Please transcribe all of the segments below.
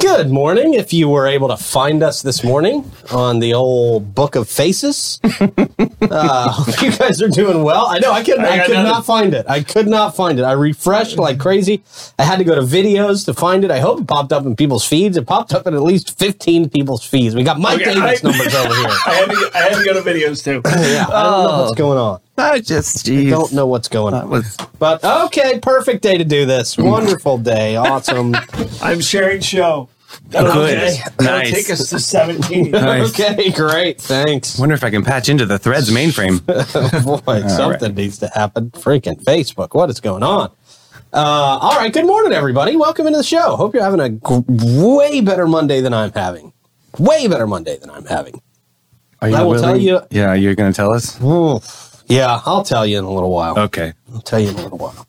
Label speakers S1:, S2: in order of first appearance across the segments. S1: Good morning. If you were able to find us this morning on the old Book of Faces, uh, hope you guys are doing well. I know I could I,
S2: got
S1: could
S2: nothing.
S1: not find it. I could not find it. I refreshed like crazy. I had to go to videos to find it. I hope it popped up in people's feeds. It popped up in at least fifteen people's feeds. We got Mike
S2: Okay,
S1: Davis
S2: I-
S1: numbers over here.
S2: I had to, I had to go to videos too.
S1: Yeah, I don't know
S2: Oh.
S1: what's going on.
S3: I just, geez.
S1: Don't know what's going
S3: That
S1: on.
S3: was,
S1: But okay, perfect day to do this. Wonderful day. Awesome.
S2: I'm sharing show. That'll
S3: Nice.
S2: take us to 17.
S3: Nice.
S1: Okay, great. Thanks.
S3: wonder if I can patch into the threads mainframe.
S1: Boy, something needs to happen. Freaking Facebook, what is going on? Uh, all right, good morning, everybody. Welcome into the show. Hope you're having a gr- way better Monday than I'm having. Way better Monday than I'm having.
S3: Are you
S1: I will tell you-
S3: Yeah, you're going to tell us?
S1: Oof. Yeah, I'll tell you in a little while.
S3: Okay.
S1: I'll tell you in a little while.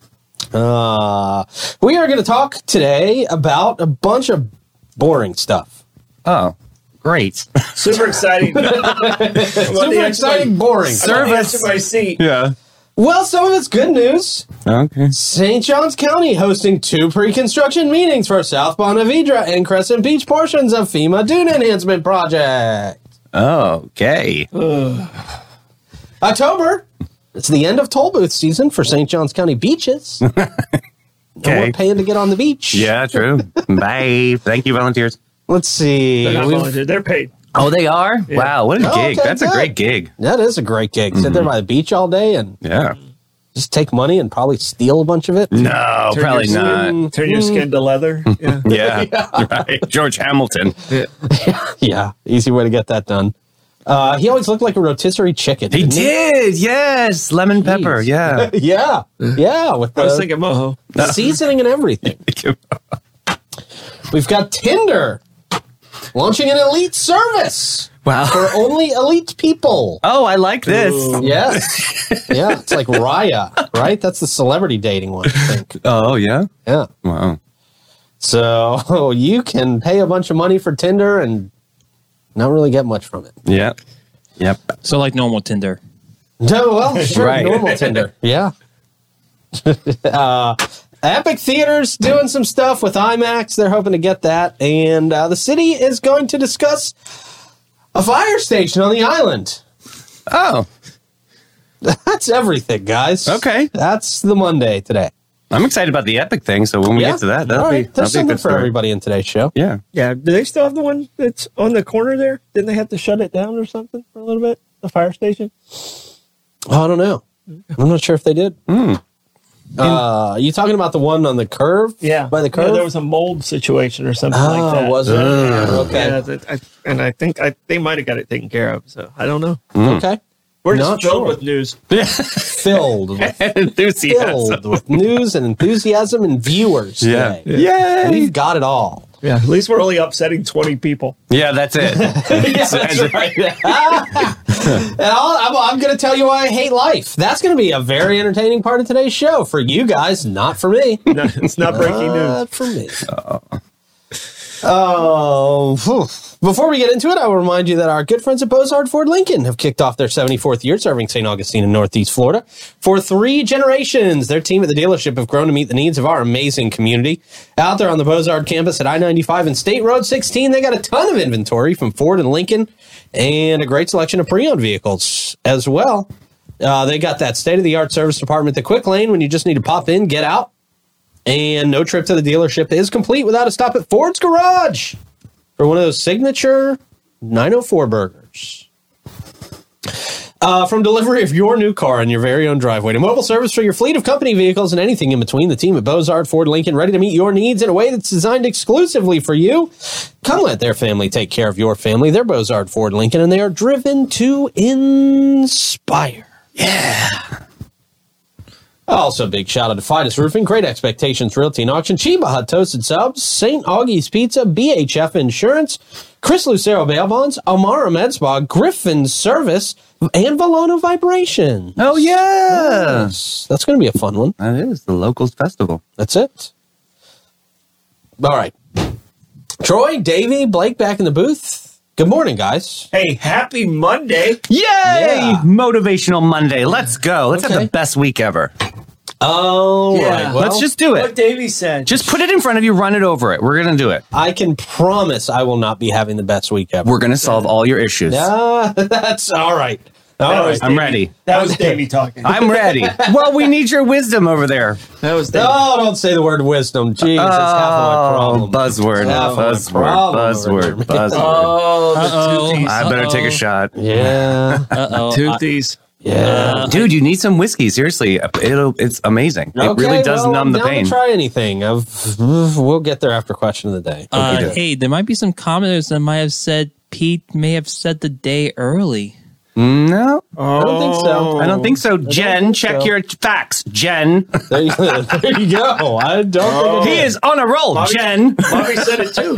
S1: Uh, we are going to talk today about a bunch of boring stuff.
S3: Oh, great.
S2: Super exciting.
S1: Super exciting, boring.
S2: Service. My seat.
S3: Yeah.
S1: Well, some of it's good news.
S3: Okay.
S1: St. John's County hosting two pre-construction meetings for South Bonavedra and Crescent Beach portions of FEMA dune enhancement project.
S3: Okay.
S1: October. It's the end of toll booth season for St. John's County beaches. No
S3: Okay.
S1: more paying to get on the beach.
S3: Yeah, true. Bye. Thank you, volunteers.
S1: Let's see.
S2: They're not
S1: We've-
S2: volunteer. They're paid.
S3: Oh, they are? Wow, what a
S1: Oh,
S3: gig.
S1: okay,
S3: That's a
S1: good.
S3: great gig.
S1: That is a great gig. Sit
S3: Mm-hmm.
S1: there by the beach all day and
S3: Yeah.
S1: just take money and probably steal a bunch of it.
S3: No, probably
S2: your
S3: not.
S2: Skin, turn your skin to leather. Yeah.
S3: Yeah. Right. George Hamilton.
S1: Yeah, easy way to get that done. Uh, he always looked like a rotisserie chicken.
S3: He
S1: didn't
S3: did. Yes. Lemon pepper. Yeah.
S1: Yeah, yeah, with
S2: I was
S1: the
S2: thinking moho.
S1: seasoning and everything. We've got Tinder launching an elite service
S3: wow.
S1: for only elite people.
S3: Oh, I like this.
S1: Yes. Yeah, it's like Raya, right? That's the celebrity dating one, I think.
S3: Oh, yeah.
S1: Yeah.
S3: Wow.
S1: So you can pay a bunch of money for Tinder and not really get much from it.
S3: Yep. Yep.
S4: So like normal Tinder.
S1: No, well, sure,
S3: Right.
S1: normal Tinder. Yeah. uh, Epic Theaters doing some stuff with IMAX. They're hoping to get that. And uh, the city is going to discuss a fire station on the island.
S3: Oh,
S1: That's everything, guys.
S3: Okay.
S1: That's the Monday today.
S3: I'm excited about the epic thing. So when we get to that, that'll
S1: All
S3: be,
S1: right.
S3: that'll
S1: There's
S3: be a
S1: something
S3: good
S1: for
S3: story.
S1: everybody in today's show.
S3: Yeah.
S2: Yeah. Do they still have the one that's on the corner there? Didn't they have to shut it down or something for a little bit? The fire station?
S1: Oh, I don't know. I'm not sure if they did.
S3: Hmm.
S1: Uh, you talking about the one on the curve?
S2: Yeah.
S1: By the curve?
S2: there was a mold situation or something
S1: oh,
S2: like that.
S1: was it? okay.
S2: Yeah, that- I, and I think I, they might have got it taken care of. So I don't know.
S3: Hmm.
S1: Okay.
S2: We're
S1: Not
S2: just filled
S1: sure.
S2: with news.
S1: Filled with
S3: Enthusiasm.
S1: filled with news and enthusiasm and viewers.
S3: Yeah.
S1: Today.
S3: Yeah. Yay.
S1: We've got it all.
S2: Yeah, at least we're only upsetting 20 people.
S3: Yeah, that's it.
S1: And I'll, I'm, I'm going to tell you why I hate life. That's going to be a very entertaining part of today's show for you guys, not for me.
S2: No, it's not breaking news.
S1: Not for me. Oh, phew. before we get into it, I will remind you that our good friends at Bozard Ford Lincoln have kicked off their 74th year serving St. Augustine in Northeast Florida. For three generations, their team at the dealership have grown to meet the needs of our amazing community. Out there on the Bozard campus at I 95 and State Road 16, they got a ton of inventory from Ford and Lincoln and a great selection of pre owned vehicles as well. Uh, they got that state of the art service department, the quick lane when you just need to pop in, get out, and no trip to the dealership is complete without a stop at Ford's Garage for one of those signature 904 burgers. Uh, from delivery of your new car in your very own driveway to mobile service for your fleet of company vehicles and anything in between, the team at Bozard Ford Lincoln ready to meet your needs in a way that's designed exclusively for you. Come let their family take care of your family. They're Bozard Ford Lincoln, and they are driven to inspire. Also, big shout out to Fidus Roofing, Great Expectations Realty and Auction, Chiba Hut Toasted Subs, St. Augie's Pizza, BHF Insurance, Chris Lucero Bail Bonds, Amara Med Spa, Griffin Service, and Volano Vibration.
S3: oh, yeah.
S1: That's going to be a fun one.
S3: That is the locals festival.
S1: That's it. All right. Troy, Davey, Blake back in the booth. Good morning, guys.
S2: Hey, happy Monday.
S3: Yay!
S1: Yeah.
S3: Motivational Monday. Let's go. Let's
S1: Okay.
S3: have the best week ever.
S1: Oh,
S3: Yeah.
S1: right. Well,
S3: Let's just do
S2: What
S3: it.
S2: Davey said.
S3: Just put it in front of you, run it over it. We're going to do it.
S1: I can promise I will not be having the best week ever.
S3: We're going to solve all your issues.
S1: Ah, that's all right. All
S2: That
S1: right.
S2: was
S3: I'm ready.
S2: that was Davey talking.
S3: I'm ready. well, we need your wisdom over there.
S2: That was Davey.
S1: Oh, don't say the word wisdom. Jeez, that's half of my
S3: Oh,
S1: problem.
S3: buzzword,
S1: Half of my
S3: buzzword,
S1: problem
S3: buzzword,
S1: over
S3: buzzword.
S4: Oh, the toothies.
S3: I better take
S4: Uh-oh.
S3: a shot.
S1: Yeah.
S4: Uh-oh. Uh,
S2: Toothies.
S1: Yeah.
S3: Dude, you need some whiskey. Seriously, it'll it's amazing. it really
S1: Okay,
S3: does
S1: well,
S3: numb the
S1: now to
S3: pain.
S1: try anything. I've, we'll get there after question of the day.
S4: Uh,
S3: Okay, do it.
S4: hey, there might be some commenters that might have said Pete may have said the day early.
S3: No,
S1: I don't think so.
S3: I don't think so. Jen,
S1: Oh, think
S3: check
S1: so.
S3: your facts. Jen,
S1: There you, there you go. I don't think
S3: he
S1: it
S3: is on a roll. Jen,
S2: Bobby said it too.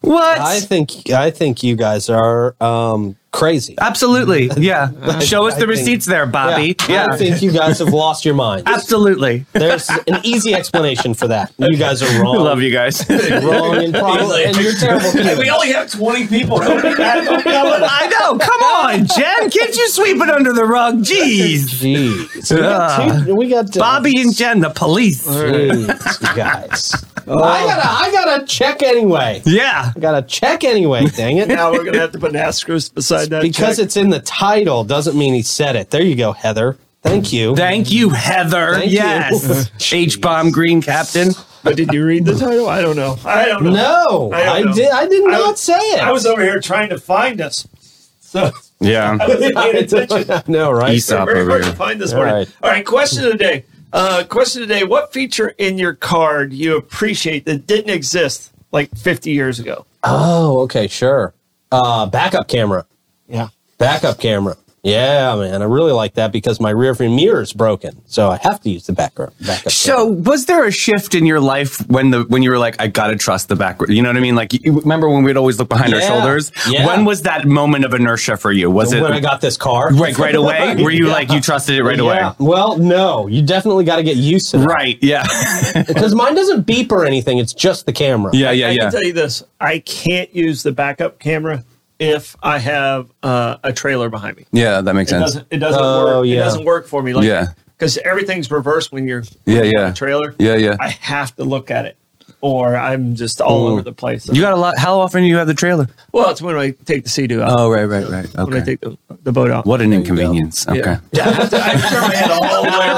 S3: what?
S1: I think I think you guys are um, crazy.
S3: Absolutely, yeah. Show us
S1: I
S3: the
S1: think-
S3: receipts there, Bobby. Yeah,
S1: I think you guys have lost your mind.
S3: absolutely.
S1: There's an easy explanation for that. You guys are wrong.
S3: I love you guys.
S1: Wrong and probably and you're terrible. people.
S2: we only have 20 people. Don't be mad. Don't be mad.
S3: I know. Come on, Jen. Can't you sweep it under the rug? Jeez.
S1: Jeez. We got, two, we got uh,
S3: Bobby and Jen, the police.
S1: Jeez, you guys.
S2: Oh.
S1: I gotta, I gotta check anyway.
S3: Yeah.
S1: I gotta check anyway. Dang it!
S2: Now we're going to have to put an asterisk beside that.
S1: Because
S2: check.
S1: it's in the title doesn't mean he said it. There you go, Heather. Thank you.
S3: Thank you, Heather.
S1: Thank you.
S3: yes.
S1: Jeez.
S3: H bomb green captain.
S2: But did you read the title? I don't know. I don't know.
S1: no,
S2: I don't
S1: I,
S2: know.
S1: did. I did
S2: I
S1: not
S2: was-
S1: say it.
S2: I was over here trying to find us. So I
S3: Yeah.
S2: wasn't paying attention.
S1: no, right?
S3: He's- Stop
S2: very
S3: over
S2: hard to
S3: here.
S2: find this
S1: All
S2: morning.
S1: right.
S2: All right, question of the day. Uh, question of the day. What feature in your car do you appreciate that didn't exist like 50 years
S3: Uh,
S2: ago?
S1: Oh, okay, sure. Uh, backup camera.
S2: Yeah.
S1: Backup camera. Yeah, man, I really like that because my rear view mirror is broken, so I have to use the backup. backup
S3: So, was there a shift in your life when the when you were like, I gotta trust the back? You know what I mean? Like, you, remember when we'd always look behind our
S1: Yeah.
S3: shoulders?
S1: Yeah.
S3: When was that moment of inertia for you? Was
S1: camera.
S3: it
S1: when I got this car,
S3: like right away? Were you like you trusted it right
S1: Yeah.
S3: away?
S1: Well, no, you definitely got to get used to that.
S3: Right. Yeah.
S1: Because mine doesn't beep or anything. It's just the camera.
S3: yeah. Yeah.
S2: I
S3: Yeah.
S2: can tell you this. I can't use the backup camera if I have uh, a trailer behind me.
S3: Yeah. That makes
S2: It
S3: sense.
S2: doesn't. It doesn't
S1: Oh,
S2: work. It
S1: yeah.
S2: doesn't work for me. Like,
S3: Yeah.
S2: Because everything's reversed when you're
S3: Yeah,
S2: on
S3: yeah.
S2: a trailer.
S3: Yeah, yeah.
S2: I have to look at it, or I'm just all over the place.
S3: You got a lot. How often do you have the trailer?
S2: well, it's when I take the sea doo out.
S3: Oh, right, right, right.
S2: When I
S3: Okay.
S2: take the, the boat out.
S3: What an inconvenience. Okay.
S2: Yeah. Yeah, I have to, I have to turn my head all the way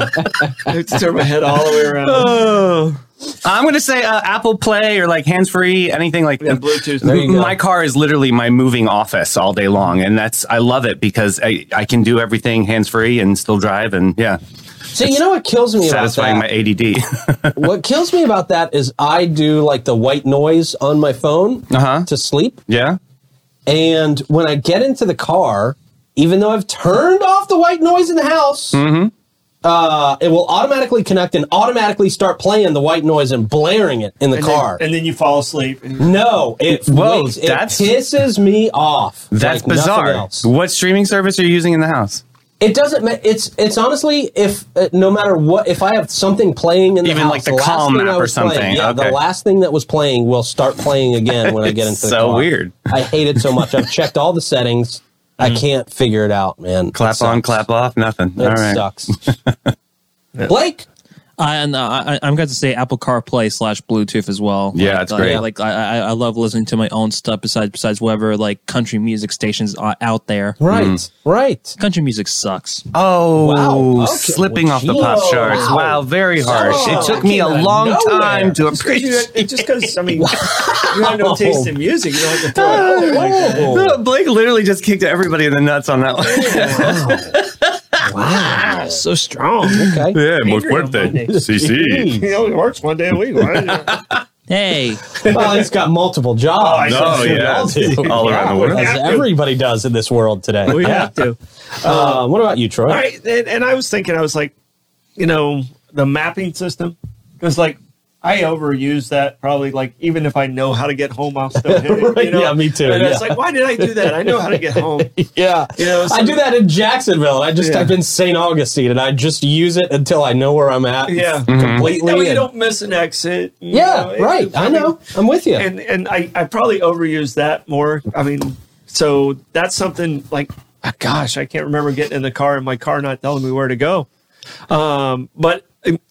S2: around. I have to turn my head all the way around.
S3: Oh. I'm gonna say uh, Apple Play or like hands free, anything like
S2: Yeah, Bluetooth.
S1: There you go.
S3: My car is literally my moving office all day long, and that's I love it because I, I can do everything hands free and still drive, and yeah,
S1: See, you know what kills me about
S3: satisfying my
S1: that?
S3: ADD.
S1: what kills me about that is I do like the white noise on my phone
S3: Uh-huh.
S1: to sleep.
S3: yeah,
S1: And when I get into the car, even though I've turned off the white noise in the house,
S3: Mm-hmm.
S1: uh, it will automatically connect and automatically start playing the white noise and blaring it in the
S2: And then-
S1: car.
S2: and then you fall asleep. And
S1: no, it,
S3: Whoa,
S1: wakes- it
S3: that's-
S1: pisses me off.
S3: that's
S1: like nothing
S3: bizarre.
S1: else.
S3: What streaming service are you using in the house?
S1: It doesn't. ma- It's it's honestly if uh, no matter what if I have something playing in the
S3: Even
S1: house,
S3: like the
S1: last
S3: Calm
S1: thing I
S3: app or
S1: was playing-
S3: something.
S1: yeah, the
S3: Okay.
S1: last thing that was playing will start playing again when I get
S3: It's
S1: into the
S3: so
S1: car.
S3: weird. Mm.
S1: I hate it so much. I've checked all the settings. I can't figure it out, man.
S3: Clap
S1: It
S3: on,
S1: sucks.
S3: clap off, nothing.
S1: It
S3: all right,
S1: sucks. Blake,
S4: I, no, I, I'm going to say Apple CarPlay slash Bluetooth as well.
S3: Yeah,
S4: like, uh,
S3: it's great.
S4: Like, like I, I- I love listening to my own stuff besides besides whatever like country music stations are out there.
S1: right,
S3: Mm.
S1: right.
S4: Country music sucks.
S3: Oh,
S1: Wow, okay.
S3: slipping
S1: Well,
S3: off the
S1: geez.
S3: pop charts.
S1: Wow.
S3: Wow, very harsh.
S1: Oh,
S3: it took me a
S1: came out of
S3: long
S1: nowhere.
S3: time to
S2: Because you
S3: appreciate.
S2: had- just because I mean you have no taste in music, you don't have to throw it out like that.
S1: Whoa.
S3: Blake literally just kicked everybody in the nuts on that one.
S1: Wow.
S2: So strong.
S1: Okay.
S3: yeah,
S2: most fuerte.
S3: CC.
S2: You know, it works one day a week. Why?
S4: Hey,
S1: Well, he's got multiple jobs.
S2: Oh,
S1: As we all do.
S3: all around the world.
S1: As everybody does in this world today.
S2: we
S1: Yeah.
S2: have to.
S1: Uh, what about you, Troy?
S2: Oh, All right, and, and I was thinking, I was like, you know, the mapping system, because like I overuse that probably like even if I know how to get home, I'll still hit it.
S1: Right,
S2: You know?
S1: yeah, me too,
S2: And it's
S1: yeah.
S2: like, why did I do that? I know how to get home.
S1: Yeah.
S2: You know, so-
S1: I do that in Jacksonville. and I just
S2: Yeah.
S1: type in St. Augustine and I just use it until I know where I'm at
S2: Yeah.
S3: Mm-hmm.
S1: completely.
S2: That way you
S1: and-
S2: don't miss an exit. you
S1: yeah,
S2: know, it-
S1: right. I
S2: mean,
S1: know. I'm with you.
S2: and and I, I probably overuse that more. I mean, uh, so that's something like, ah, gosh, I can't remember getting in the car and my car not telling me where to go. Um, but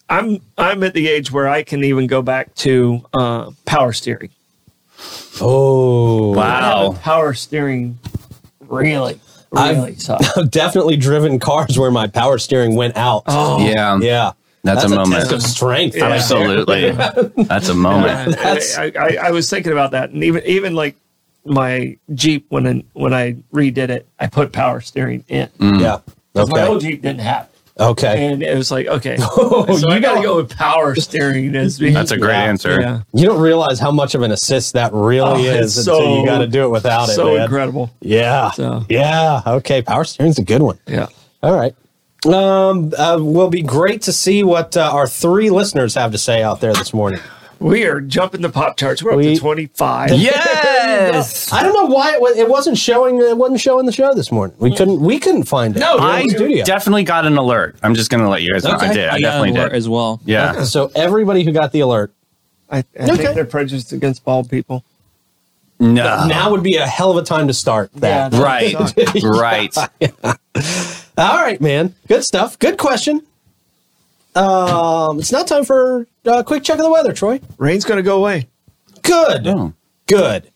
S2: I'm I'm at the age where I can even go back to uh, power steering.
S1: Oh,
S3: Wow.
S2: Power steering really
S1: I've-
S2: really sucks.
S1: I've definitely driven cars where my power steering went out.
S2: Oh,
S3: Yeah.
S1: yeah,
S3: That's a moment.
S1: test of strength.
S2: Yeah.
S1: right there.
S3: Absolutely. That's a moment.
S1: That's-
S2: I, I, I was thinking about that, and even even like my Jeep when I, when I redid it, I put power steering in.
S3: Mm.
S1: Yeah.
S2: 'Cause My
S1: Mm,
S2: old
S1: Okay.
S2: Jeep didn't have it.
S1: Okay.
S2: and it was like, okay,
S1: Oh,
S2: so I
S1: you
S2: got to
S1: don't-
S2: go with power steering. As
S3: That's a great
S1: Yeah.
S3: answer.
S2: Yeah.
S1: You don't realize how much of an assist that really
S2: Oh,
S1: is
S2: it's
S1: until
S2: so-
S1: you got to do it without it.
S2: so
S1: man.
S2: incredible.
S1: Yeah.
S2: So-
S1: Yeah. Okay. Power steering's a good one.
S2: Yeah.
S1: All right. Um, uh, will be great to see what uh, our three listeners have to say out there this morning.
S2: We are jumping the pop charts. We're up
S1: We-
S2: to 25.
S3: Yes.
S1: I don't know why it, wa- it wasn't showing. It wasn't showing the show this morning. We couldn't. We couldn't find it. Here
S2: No,
S1: in
S3: I
S1: the studio.
S3: definitely got an alert. I'm just going to let you guys know.
S1: Okay.
S3: I did. I,
S4: I got an
S3: definitely
S4: alert
S3: did.
S4: as well.
S3: yeah.
S1: so everybody who got the alert
S2: I, I
S1: Okay.
S2: think they're prejudiced against bald people.
S3: No.
S1: now would be a hell of a time to start that.
S2: Yeah.
S3: right. right.
S1: All right, man. Good stuff. Good question. Um, it's now time for a quick check of the weather, Troy.
S2: Rain's going to go away.
S1: Good.
S3: Oh.
S1: Good.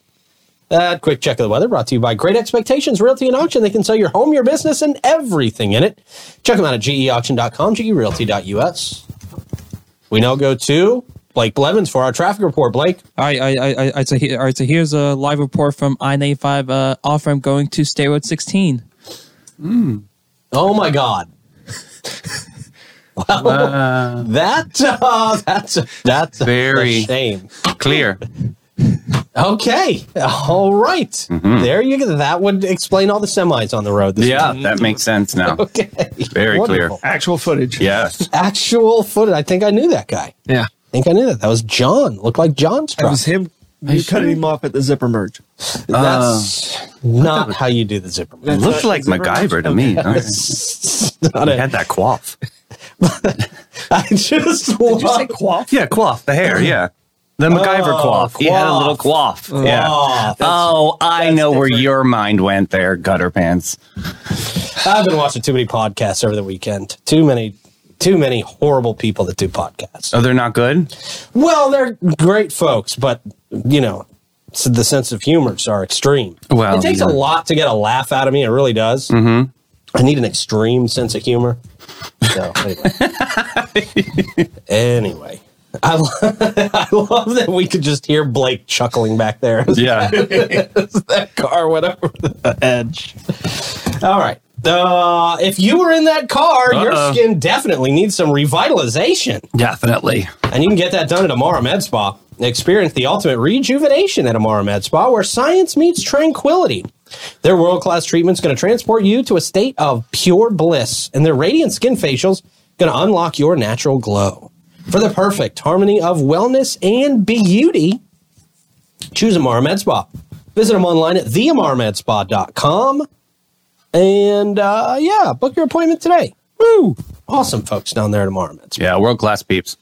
S1: That quick check of the weather brought to you by Great Expectations Realty and Auction. They can sell your home, your business, and everything in it. Check them out at geauction.com, gerealty.us. We now go to Blake Blevins for our traffic report. Blake,
S4: All right, I, I, I, I, so here, all right, so here's a live report from I-95 uh, off ramp going to State Road 16.
S1: oh my God. Wow. that uh, that's that's
S3: Very-
S1: a shame.
S3: Clear.
S1: Okay, all right. There you go. That would explain all the semis on the road. This
S3: Mm-hmm. Yeah.
S1: week.
S3: That makes sense now.
S1: Okay.
S3: Very clear.
S1: Wonderful.
S2: Actual footage.
S3: Yes.
S1: Actual footage. I think I knew that guy.
S2: Yeah.
S1: I think I knew that. That was John. Looked like John's
S2: It
S1: truck.
S2: was him. You cutting him off at the zipper merge.
S1: That's not how you do the zipper.
S3: It
S1: merge.
S3: looked like MacGyver to me. All right.
S1: It's not
S3: He
S1: it.
S3: had that quaff.
S1: I just love
S2: quaff?
S3: Yeah, quaff. The hair. Yeah. The MacGyver quaff. Oh, He had a little quaff. Yeah.
S1: Quaff.
S3: Oh, I
S1: that's
S3: know where
S1: different.
S3: your mind went there, gutter pants.
S1: I've been watching too many podcasts over the weekend. Too many, too many horrible people that do podcasts.
S3: Oh, they're not good?
S1: Well, they're great folks, but you know, so the sense of humors are extreme.
S3: Well,
S1: it takes a
S3: yeah.
S1: lot to get a laugh out of me. It really does. Mm-hmm. I need an extreme sense of humor. So anyway, anyway. I, lo- I love that we could just hear Blake chuckling back there as
S3: Yeah.
S1: that car went over the edge. All right. Uh, if you were in that car, your
S3: Uh-oh.
S1: skin definitely needs some revitalization.
S3: Definitely.
S1: And you can get that done at Amara Med Spa. Experience the ultimate rejuvenation at Amara Med Spa, where science meets tranquility. Their world class treatment's going to transport you to a state of pure bliss, and their radiant skin facials going to unlock your natural glow. For the perfect harmony of wellness and beauty, choose Amara Med Spa. Visit them online at theamaramedspa.com. And uh, yeah, book your appointment today. Woo! Awesome folks down there at Amara Med Spa.
S3: Yeah, world class peeps.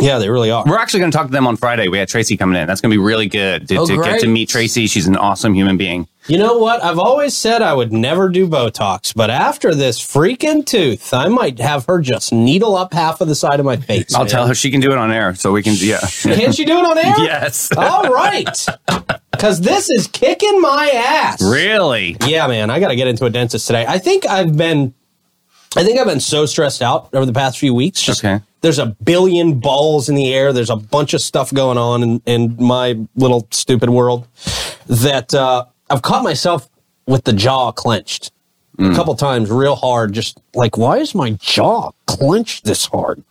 S1: Yeah, they really are.
S3: We're actually going to talk to them on Friday. We had Tracy coming in. That's going to be really good to,
S1: Oh,
S3: to get
S1: great.
S3: to meet Tracy. She's an awesome human being.
S1: You know what? I've always said I would never do Botox, but after this freaking tooth, I might have her just needle up half of the side of my face.
S3: I'll
S1: man.
S3: tell her she can do it on air, so we can. Yeah.
S1: Can't you do it on air?
S3: yes.
S1: All right. Because this is kicking my ass.
S3: Really?
S1: Yeah, man. I got to get into a dentist today. I think I've been. I think I've been so stressed out over the past few weeks. Just
S3: Okay.
S1: there's a billion balls in the air. There's a bunch of stuff going on in, in my little stupid world that uh, I've caught myself with the jaw clenched a couple times real hard. Just like, why is my jaw clenched this hard?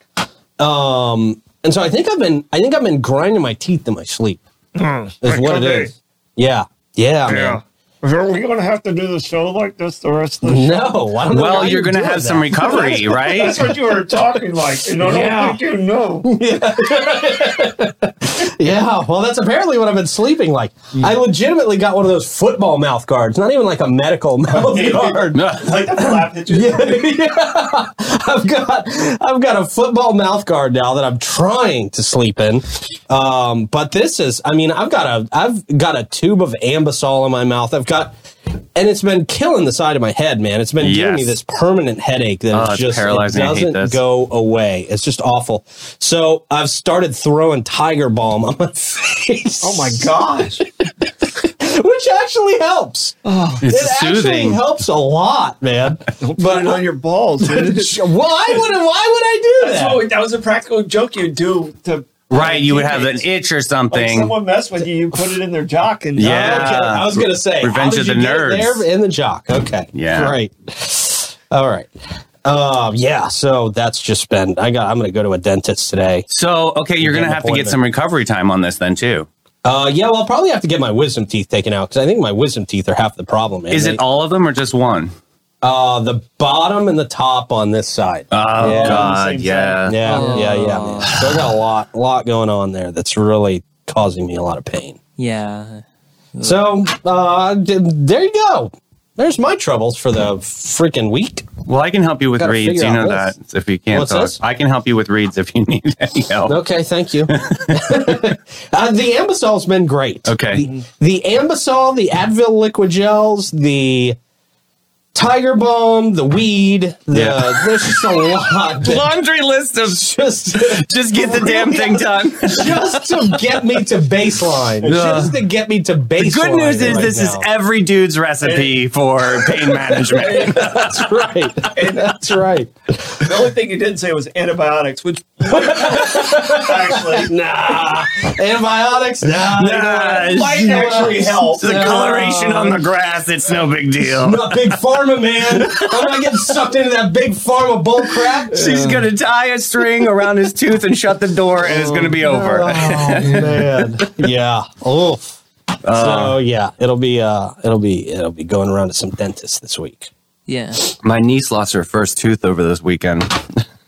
S1: Um, and so I think I've been, I think I've been grinding my teeth in my sleep. Is
S2: that
S1: what it
S2: could be.
S1: is. Yeah. Yeah, man.
S2: Yeah. Are we going to have to do the show like this the rest of the show?
S1: No, I don't know why
S3: Well, you're going to
S1: doing
S3: have
S1: that.
S3: some recovery, right?
S2: That's what you were talking like. And I
S1: Yeah.
S2: don't think you know.
S1: Yeah, well, that's apparently what I've been sleeping like. I legitimately got one of those football mouth guards, not even like a medical mouth guard.
S2: like the flap that you
S1: Yeah. I've got I've got a football mouth guard now that I'm trying to sleep in. Um, but this is I mean, I've got a I've got a tube of ambisol in my mouth. I've got and it's been killing the side of my head, man. It's been giving
S3: Yes.
S1: me this permanent headache that
S3: Oh,
S1: it's
S3: it's
S1: just it
S3: paralyzing. I hate
S1: doesn't
S3: this.
S1: go away. It's just awful. So I've started throwing Tiger Balm on my face.
S2: Oh my gosh. Oh.
S1: which actually helps.
S3: It's
S1: it actually
S3: soothing.
S1: helps a lot, man.
S2: Put it on your balls. dude.
S1: why would why would I do
S2: That's
S1: that?
S2: what we- that was a practical joke you do to
S3: Right, you would have an
S2: Like,
S3: itch or something.
S2: someone mess with you, you put it in their jock and uh,
S3: Yeah.
S1: Okay, I was gonna say
S3: Revenge
S1: how did
S3: of the
S1: you get
S3: Nerds.
S1: there in the jock. Okay,
S3: Yeah.
S1: right. All right, um, yeah. So that's just been. I got. I'm gonna go to a dentist today.
S3: So, okay, you're going
S1: Getting
S3: to have to get
S1: appointment.
S3: some recovery time on this then too.
S1: Uh, yeah, well, I'll probably have to get my wisdom teeth taken out because I think my wisdom teeth are half the problem. man.
S3: Is
S1: They-
S3: it all of them or just one?
S1: uh, the bottom and the top on this side?
S3: Oh
S1: Yeah.
S3: god,
S2: Same
S3: yeah.
S1: yeah, yeah, yeah. man. So I got a lot, lot going on there that's really causing me a lot of pain.
S4: Yeah.
S1: So uh, d- there you go. There's my troubles for the freaking week.
S3: Well, I can help you with
S1: Gotta
S3: reads.
S1: figure
S3: You
S1: out
S3: know
S1: this.
S3: that if you can't
S1: What's
S3: talk.
S1: this?
S3: I can help you with reads if you need any help.
S1: Okay, thank you. uh, the Ambasol's been great.
S3: Okay.
S1: The, the Ambisol, the Advil liquid gels, the Tiger Balm, the weed. The,
S3: Yeah.
S1: There's just a lot. that-
S3: Laundry list of
S1: Just,
S3: just get the damn thing done.
S1: just to get me to baseline. Just to get me to baseline.
S3: The good news is
S1: right
S3: this is
S1: now.
S3: every dude's recipe for pain management.
S1: That's right. That's right.
S2: the only thing you didn't say was antibiotics, which actually
S1: Nah. Antibiotics? Nah.
S3: Nah,
S2: might actually help.
S3: the coloration on the grass, it's no big deal.
S1: I'm not big pharma, man. I'm not getting sucked into that big pharma bull crap.
S3: She's gonna tie a string around his tooth and shut the door, and it's
S1: Oh,
S3: gonna be over.
S1: man. Yeah. Oh.
S3: Uh,
S1: so yeah, it'll be uh, it'll be it'll be going around to some dentists this week.
S4: Yeah.
S3: My niece lost her first tooth over this weekend.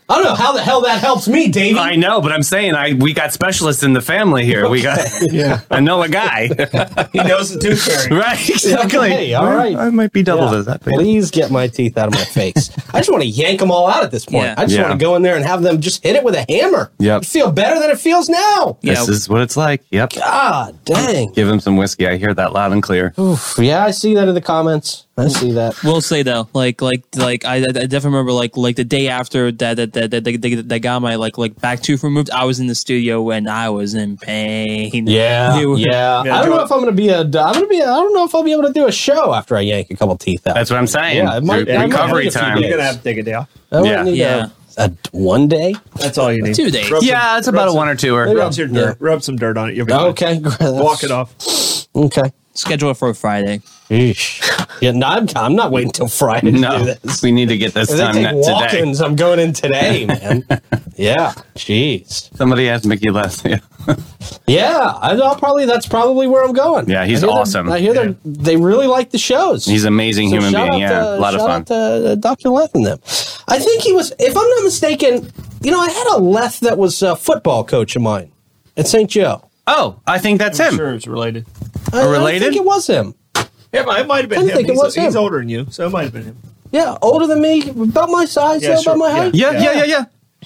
S1: I don't know how the hell that helps me, Davey.
S3: I know, but I'm saying I we got specialists in the family here. We got
S2: Yeah.
S3: I know a guy,
S2: he knows the tooth fairy.
S3: right? Exactly.
S1: Okay, all
S3: Well,
S1: right.
S3: I might be double
S1: Yeah.
S3: as that. but-
S1: Please get my teeth out of my face. I just want to yank them all out at this point.
S4: Yeah.
S1: I just
S3: Yeah.
S1: want to go in there and have them just hit it with a hammer.
S3: Yep.
S1: It'd feel better than it feels now.
S4: Yeah.
S3: This is what it's like. Yep.
S1: God dang.
S3: Give him some whiskey. I hear that loud and clear.
S1: Oof. Yeah, I see that in the comments. I see that.
S4: Will say though, like, like, like, I, I definitely remember, like, like the day after that, that, that, that, that, that, that got my like, like back tooth removed. I was in the studio and I was in pain.
S1: Yeah,
S4: You-
S1: yeah.
S2: Yeah,
S1: I don't
S2: do
S1: know
S2: it.
S1: if I'm gonna be a. I'm gonna be. A, I don't know if I'll be able to do a show after I yank a couple teeth out.
S3: That's what I'm saying.
S1: Yeah, it might-
S3: Your
S1: I might
S3: recovery
S1: need a few
S3: time.
S2: You're gonna have to take a day off.
S1: I might
S3: yeah.
S1: need
S4: Yeah.
S1: A, a one day.
S2: That's all you need.
S4: Two days.
S2: Rub some-
S3: Yeah, it's about a one or two. Or
S2: Rub your dirt. Rub some dirt on it. You'll be fine.
S1: Okay.
S2: Walk it off.
S1: Okay.
S4: Schedule it for Friday.
S1: Yeesh. Yeah, no, I'm, I'm not waiting till Friday to do
S3: no,
S1: this.
S3: we need to get this
S1: If they
S3: done
S1: take
S3: today.
S1: walk-ins, I'm going in today, man. yeah. Jeez.
S3: Somebody asked Mickey last. Yeah.
S1: Yeah. I- I'll probably. That's probably where I'm going.
S3: Yeah, he's
S1: I hear they're-
S3: awesome.
S1: I hear they they really like the shows.
S3: He's an amazing
S1: So
S3: human
S1: shout
S3: being.
S1: out
S3: Yeah,
S1: to-
S3: a lot of
S1: shout
S3: fun.
S1: out to, uh, Dr. Leth and them. I think he was, if I'm not mistaken, you know, I had a Leth that was a football coach of mine at St. Joe.
S3: oh, I think that's him.
S2: Sure, it's related.
S1: I- I
S3: related?
S1: think it was him.
S2: It might, it might have been
S1: Didn't
S2: him.
S1: think it
S2: he's,
S1: was
S2: he's
S1: him.
S2: older than you, so it might have been him.
S1: Yeah, older than me, about my size,
S2: Yeah,
S1: though,
S2: sure.
S1: about my height.
S3: Yeah, yeah, yeah, yeah.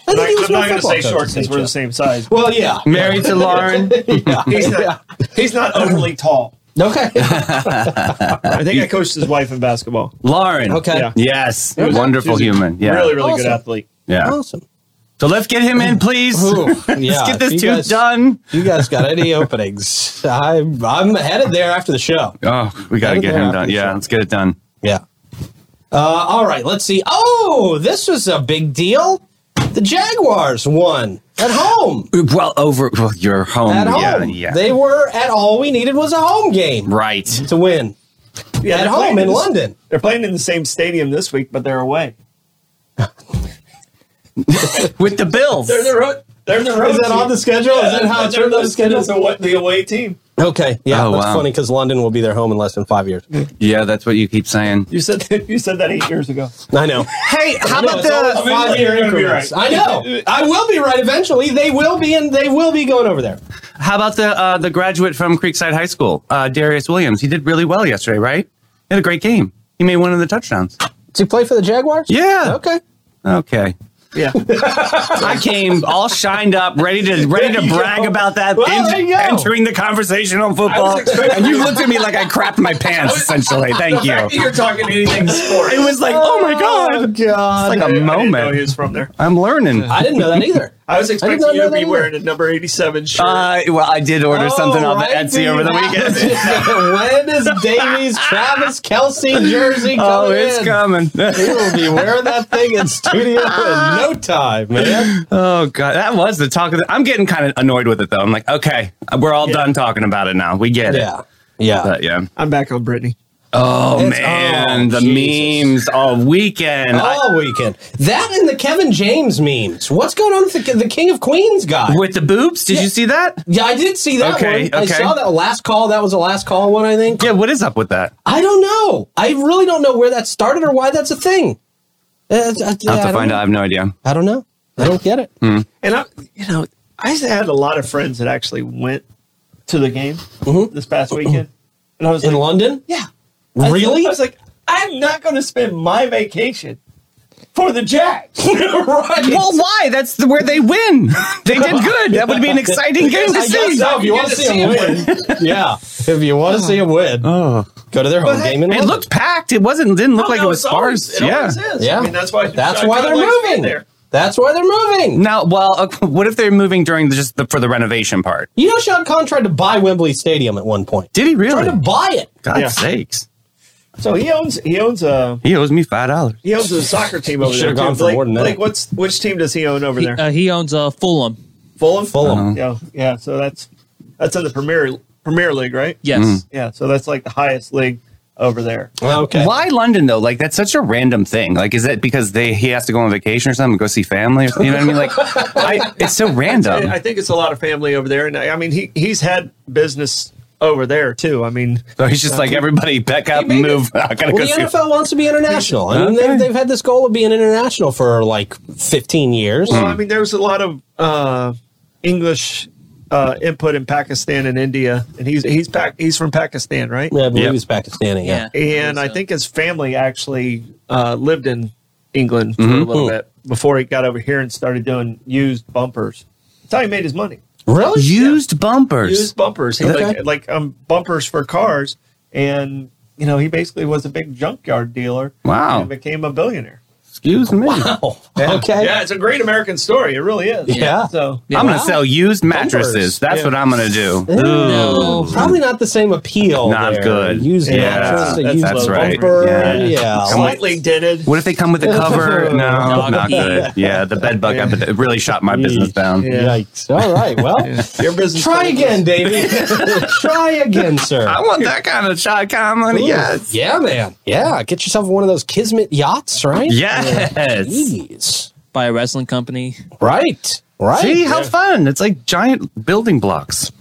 S1: I think
S2: Like,
S1: he was
S2: I'm
S1: my
S2: not going to
S1: football
S2: say
S1: coach
S2: short
S1: at
S2: since
S1: St.
S2: we're the
S1: Joe.
S2: same size.
S1: Well, yeah.
S3: Married to Lauren.
S2: he's, not, he's not overly tall.
S1: Okay.
S2: I think I coached his wife in basketball.
S3: Lauren.
S1: Okay.
S2: Yeah.
S3: Yes.
S2: She was-
S3: Wonderful
S2: she was a
S3: human. Yeah.
S2: Really, really good
S1: Awesome.
S2: athlete.
S3: yeah.
S1: Awesome.
S3: So let's get him in, please.
S1: Ooh, yeah,
S3: let's get
S1: if you
S3: this tooth
S1: guys-
S3: done.
S1: You guys got any openings? I'm, I'm headed there after the show.
S3: Oh, we got
S1: Better
S3: to get
S1: than
S3: him
S1: that,
S3: done.
S1: for
S3: Yeah,
S1: sure.
S3: let's get it done.
S1: Yeah. Uh, all right, let's see. Oh, this was a big deal. The Jaguars won at home.
S3: Well, over well, your home.
S1: At home.
S3: Yeah, yeah.
S1: They were at all we needed was a home game
S3: right.
S1: to win at
S2: Yeah, they're playing
S1: home in
S2: this-
S1: London.
S2: They're playing in the same stadium this week, but they're away.
S3: With the Bills.
S2: They're the road. They're the road.
S1: Is that on the schedule? Is that how it's
S2: they're
S1: written on the schedule?
S2: The away, the away team.
S1: Okay, yeah,
S3: Oh,
S1: that's
S3: wow.
S1: funny because London will be their home in less than five years.
S3: yeah, that's what you keep saying.
S2: You said that, you said that eight years ago.
S1: I know.
S3: Hey, how about the
S1: Five year
S2: you're gonna be
S1: increments.
S2: right.
S1: I know. I will be right eventually. They will be and they will be going over there.
S3: how about the uh, the graduate from Creekside High School, uh, Darius Williams? He did really well yesterday, right? He had a great game. He made one of the touchdowns.
S1: Does he play for the Jaguars?
S3: Yeah.
S1: Okay.
S3: Okay.
S2: Yeah.
S3: I came all shined up, ready to ready to
S1: you
S3: brag
S1: go.
S3: about that.
S1: Well, there you go.
S3: entering the conversation on football,
S5: expecting-
S3: and you looked at me like I crapped my pants. Essentially, thank you.
S5: If You're talking anything sports.
S3: It was like, oh my
S1: Oh,
S3: god,
S1: God.
S3: it's like
S2: I
S3: a
S2: didn't know he
S3: moment.
S2: was from there.
S3: I'm learning.
S1: I didn't know that either.
S2: I was
S1: did not
S2: expecting you
S1: know
S2: to be
S1: that
S2: wearing a number 87 shirt.
S3: Uh, well, I did order
S1: Oh,
S3: something off of
S1: right,
S3: Etsy over the
S1: dude.
S3: weekend.
S1: when is Davies Travis Kelsey jersey coming
S3: Oh, it's
S1: in?
S3: coming.
S1: He will be wearing that thing in studio in no time, man.
S3: oh god, that was the talk of the. I'm getting kind of annoyed with it though. I'm like, okay, we're all done talking about it now. We get
S1: Yeah.
S3: it.
S1: Yeah.
S3: But yeah.
S2: I'm back on Brittany.
S3: Oh
S1: It's-
S3: man,
S1: oh,
S3: the
S1: Jesus. Oh.
S3: memes all weekend. I-
S1: all weekend. That and the Kevin James memes. What's going on with the, the King of Queens guy?
S3: with the boobs, did you see that?
S1: yeah, I did see that
S3: Okay,
S1: one. I
S3: okay.
S1: saw that last call. That was a last call one, I think.
S3: Yeah, what is up with that?
S1: I don't know. I really don't know where that started or why that's a thing. Uh, uh, yeah, I
S3: I have to
S1: don't
S3: find Hmm.
S1: know.
S3: out. I have no idea.
S1: I don't know. I don't get it.
S2: And I, you know, I had a lot of friends that actually went to the game this past weekend. And I was
S1: Mm-hmm. In
S2: like,
S1: London?
S2: yeah.
S1: Really?
S2: I was like, I'm not going to spend my vacation for the Jacks. right.
S3: Well, why? That's the, where they win. they did good. That would be an exciting game to
S1: I guess
S3: see.
S1: so. If you want to see him win, yeah. If you want to see him win, go to their home game and
S3: Uh, Oh. It looked packed. It wasn't. Didn't look like it was sparse.
S2: It
S3: yeah.
S2: Oh, always is.
S1: Yeah.
S2: I mean, that's why.
S1: That's
S2: I
S1: why
S2: kinda
S1: they're
S2: like staying
S1: moving.
S2: There.
S1: That's why they're moving.
S3: Now, well, uh, what if they're moving during the, just the, for the renovation part?
S1: You know, Sean Conn tried to buy Wembley Stadium at one point.
S3: Did he
S1: Tried
S3: really?
S1: to buy it.
S3: God's
S2: Yeah.
S3: sakes!
S2: So he owns he owns a
S3: He owes me five dollars.
S2: he owns a soccer team over
S1: Should've
S2: there.
S1: gone
S2: too.
S1: for
S2: like,
S1: more than that.
S2: like what's which team does he own over
S4: He,
S2: there?
S4: uh, he owns uh, Fulham.
S2: Fulham.
S1: Fulham.
S2: Yeah, yeah. So that's that's in the Premier Premier League, right?
S4: Yes.
S2: Yeah. So that's like the highest league over there.
S1: Okay.
S3: Why London though? Like that's such a random thing. Like, is that because they he has to go on vacation or something, go see family? Or, something? you know what I mean? Like, I, it's so
S2: I,
S3: random.
S2: I think it's a lot of family over there, and I, I mean he he's had business over there too. I mean,
S3: So he's just like everybody, back up,
S1: made
S3: move. I gotta
S1: Well,
S3: go
S1: the
S3: see.
S1: NFL wants to be international. I mean,
S3: Okay.
S1: they've, they've had this goal of being international for like 15 years.
S2: well, I mean there was a lot of uh, English uh, input in Pakistan and India, and he's he's Pac- he's from Pakistan, right?
S1: Yeah, I believe
S3: Yep.
S1: he's Pakistani. Yeah.
S2: And I
S4: so.
S2: think his family actually uh, lived in England for
S1: Mm-hmm.
S2: a little bit before he got over here and started doing used bumpers. That's how he made his money.
S1: Really?
S3: Used bumpers.
S2: used bumpers. He
S1: Okay.
S2: like like um bumpers for cars, and you know he basically was a big junkyard dealer.
S3: Wow.
S1: Oh.
S2: and became a billionaire.
S3: Excuse me.
S1: Wow. Okay.
S2: Yeah, it's a great American story. It really is.
S1: Yeah.
S2: So
S3: I'm gonna
S1: Wow.
S3: sell used mattresses.
S1: Bumpers.
S3: That's
S2: Yeah.
S3: what I'm gonna do.
S4: No.
S1: Probably not the same appeal.
S3: Not
S1: there.
S3: good.
S1: Used
S3: Yeah.
S1: mattress, a
S2: That's-
S1: used
S2: that's right.
S1: bumper.
S3: Yeah.
S1: Yeah.
S3: Come on.
S2: slightly dented.
S3: What if they come with a cover? No,
S4: Dog
S3: not
S4: eat.
S3: good. Yeah, the bed bug ep- it really shot my business down.
S2: Yeah.
S1: Yikes. All right. Well,
S2: Your business.
S1: try again, Davey. try again, sir.
S3: I want that kind of shot comedy.
S1: Ooh,
S3: Yes.
S1: Yeah, man. Yeah. Get yourself one of those Kismet yachts, right?
S3: Yes.
S1: Jeez.
S4: By a wrestling company.
S1: Right. Right.
S3: See how fun! It's like giant building blocks.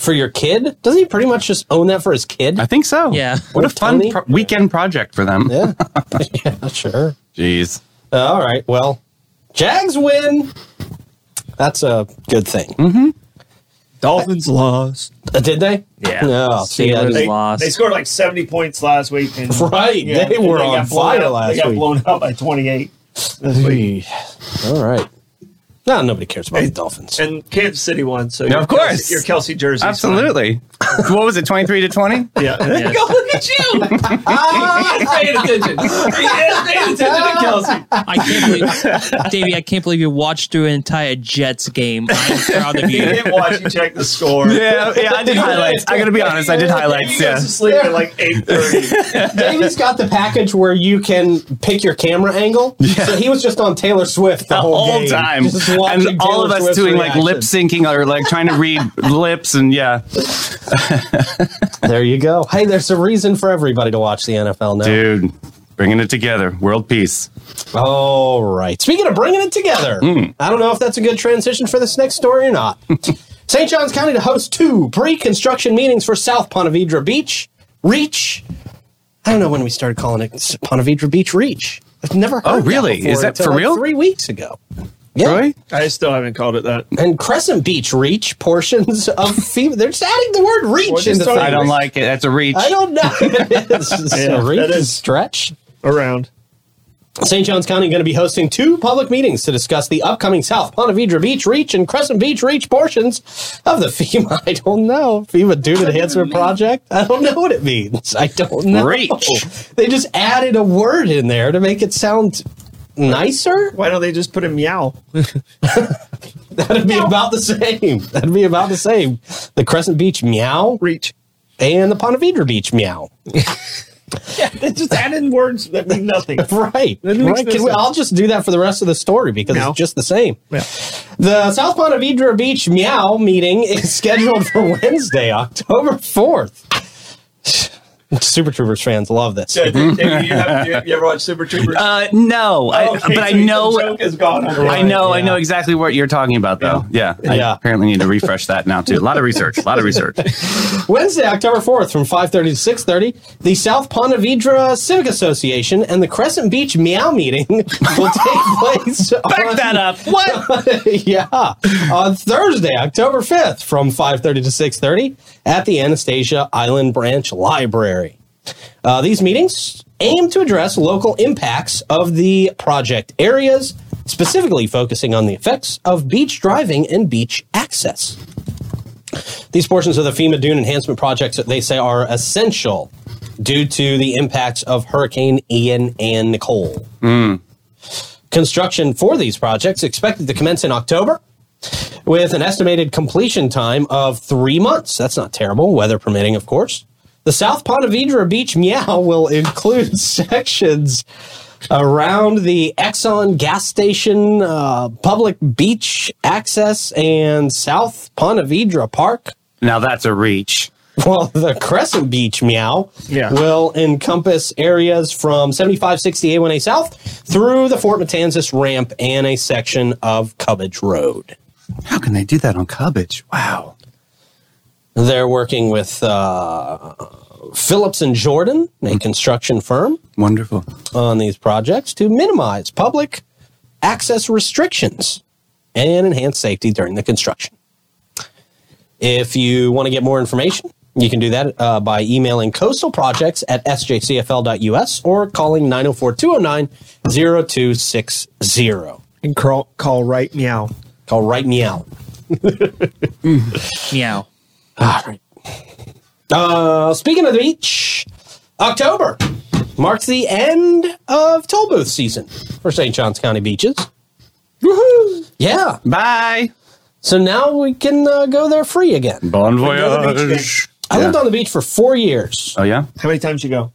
S1: for your kid? Doesn't he pretty much just own that for his kid?
S3: I think so.
S4: Yeah.
S3: What a
S1: With
S3: fun
S1: Tony?
S3: pro- weekend project for them.
S1: Yeah. yeah, sure.
S3: Jeez.
S1: All right. Well, Jags win. That's a good thing.
S2: Dolphins lost.
S1: Uh, did they?
S4: Yeah.
S1: No. See, I
S4: Steelers.
S1: just-
S2: They,
S4: Lost.
S2: they scored like seventy points last week. And,
S1: Right, they were
S2: got
S1: on
S2: blown
S1: fire
S2: out-
S1: last
S2: They got
S1: week.
S2: blown out by twenty-eight. This week.
S1: All right. No, nobody cares about the Dolphins.
S2: And Kansas City won. So
S3: No,
S2: your
S3: of course.
S2: Kelsey, your Kelsey jersey.
S3: Absolutely. what was it? Twenty three to twenty.
S2: Yeah.
S4: Yes.
S5: look at you. He's paying attention. He's paying attention to Kelsey.
S4: I can't believe, Davey, I can't believe you watched through an entire Jets game. I'm proud of
S2: You
S4: you.
S2: didn't watch. You checked the score.
S3: Yeah, yeah. I did highlights. I gotta be honest. I did highlights.
S2: You guys
S3: Yeah.
S2: are sleeping at like eight thirty.
S1: Davy's got the package where you can pick your camera angle. So he was just on Taylor Swift the,
S3: The
S1: whole,
S3: whole
S1: game,
S3: time,
S1: just watching
S3: and all
S1: Taylor
S3: of us
S1: Swift's
S3: doing like lip
S1: reaction.
S3: syncing or like trying to read lips, and yeah,
S1: There you go. Hey, there's a reason for everybody to watch the NFL now.
S3: dude, bringing it together, world peace.
S1: All right. Speaking of bringing it together,
S3: Hmm.
S1: I don't know if that's a good transition for this next story or not. St. John's County to host two pre-construction meetings for South Pontevedra Beach Reach. I don't know when we started calling it S- Pontevedra Beach Reach. I've never heard.
S3: Oh,
S1: that
S3: really?
S1: before
S3: Is that
S1: until,
S3: for
S1: like,
S3: real?
S1: three weeks ago. Yeah.
S3: Really?
S2: I still haven't called it that.
S1: And Crescent Beach Reach portions of FEMA. They're just adding the word
S2: Well,
S1: reach
S2: just
S1: into
S2: throw
S1: things.
S3: I don't like it. That's a reach.
S1: I don't know. it's just
S2: Yeah,
S1: a reach
S2: that
S1: is
S2: is-
S1: stretch.
S2: Around.
S1: St. John's County going to be hosting two public meetings to discuss the upcoming South Ponte Vedra Beach Reach and Crescent Beach Reach portions of the FEMA. I don't know. FEMA Dune Enhancement Project? I don't know what it means. I don't know.
S3: Reach.
S1: They just added a word in there to make it sound nicer?
S2: Why don't they just put a meow?
S1: That'd be about the same. That'd be about the same. The Crescent Beach meow
S2: Reach.
S1: and the Ponte Vedra Beach meow.
S2: They just add in words that mean nothing.
S1: Right. right.
S2: That makes no
S1: Can we,
S2: sense.
S1: I'll just do that for the rest of the story because
S2: No.
S1: it's just the same.
S2: Yeah.
S1: The South Ponte Vedra Beach Meow meeting is scheduled for Wednesday, October 4th. Super Troopers fans love this.
S5: So, Dave, Dave, you, have, you, you ever watch Super Troopers?
S3: Uh, no, I,
S2: Oh,
S5: Okay,
S3: but I
S5: so the
S3: know.
S5: joke is gone.
S3: I know, I
S1: yeah.
S3: know exactly what you're talking about, though. Yeah, I
S1: Yeah.
S3: apparently need to refresh that now too. A lot of research, a lot of research.
S1: Wednesday, October 4th from 5.30 to 6.30, the South Ponte Vedra Civic Association and the Crescent Beach Meow Meeting will take place
S3: Back
S1: on-
S3: that up. What?
S1: yeah, on Thursday, October 5th from 5.30 to 6.30 at the Anastasia Island Branch Library. Uh, these meetings aim to address local impacts of the project areas, specifically focusing on the effects of beach driving and beach access. These portions of the FEMA dune enhancement projects that they say are essential due to the impacts of Hurricane Ian and Nicole. Construction for these projects expected to commence in October with an estimated completion time of three months. That's not terrible, weather permitting, of course. The South Ponte Vedra Beach Meow will include sections around the Exxon gas station, uh, public beach access, and South Ponte Vedra Park.
S3: Now that's a reach.
S1: Well, the Crescent Beach meow
S2: Yeah.
S1: will encompass areas from 7560 A1A South through the Fort Matanzas ramp and a section of Cubbage Road.
S3: How can they do that on cabbage? Wow.
S1: They're working with uh, Phillips and Jordan,
S3: Mm-hmm.
S1: a construction firm,
S3: Wonderful.
S1: on these projects to minimize public access restrictions and enhance safety during the construction. If you want to get more information, you can do that uh, by emailing coastalprojects at sjcfl.us or calling 904 209 0260.
S2: And call, call right meow.
S1: Call right meow.
S4: Meow.
S1: Uh, speaking of the beach, October marks the end of toll booth season for St. Johns County beaches. Woohoo! Yeah.
S3: Bye.
S1: So now we can uh, go there free again.
S3: Bon
S2: Another beach
S3: voyage.
S1: I lived
S3: Yeah.
S1: on the beach for four years,
S3: Oh yeah.
S2: How many times you go?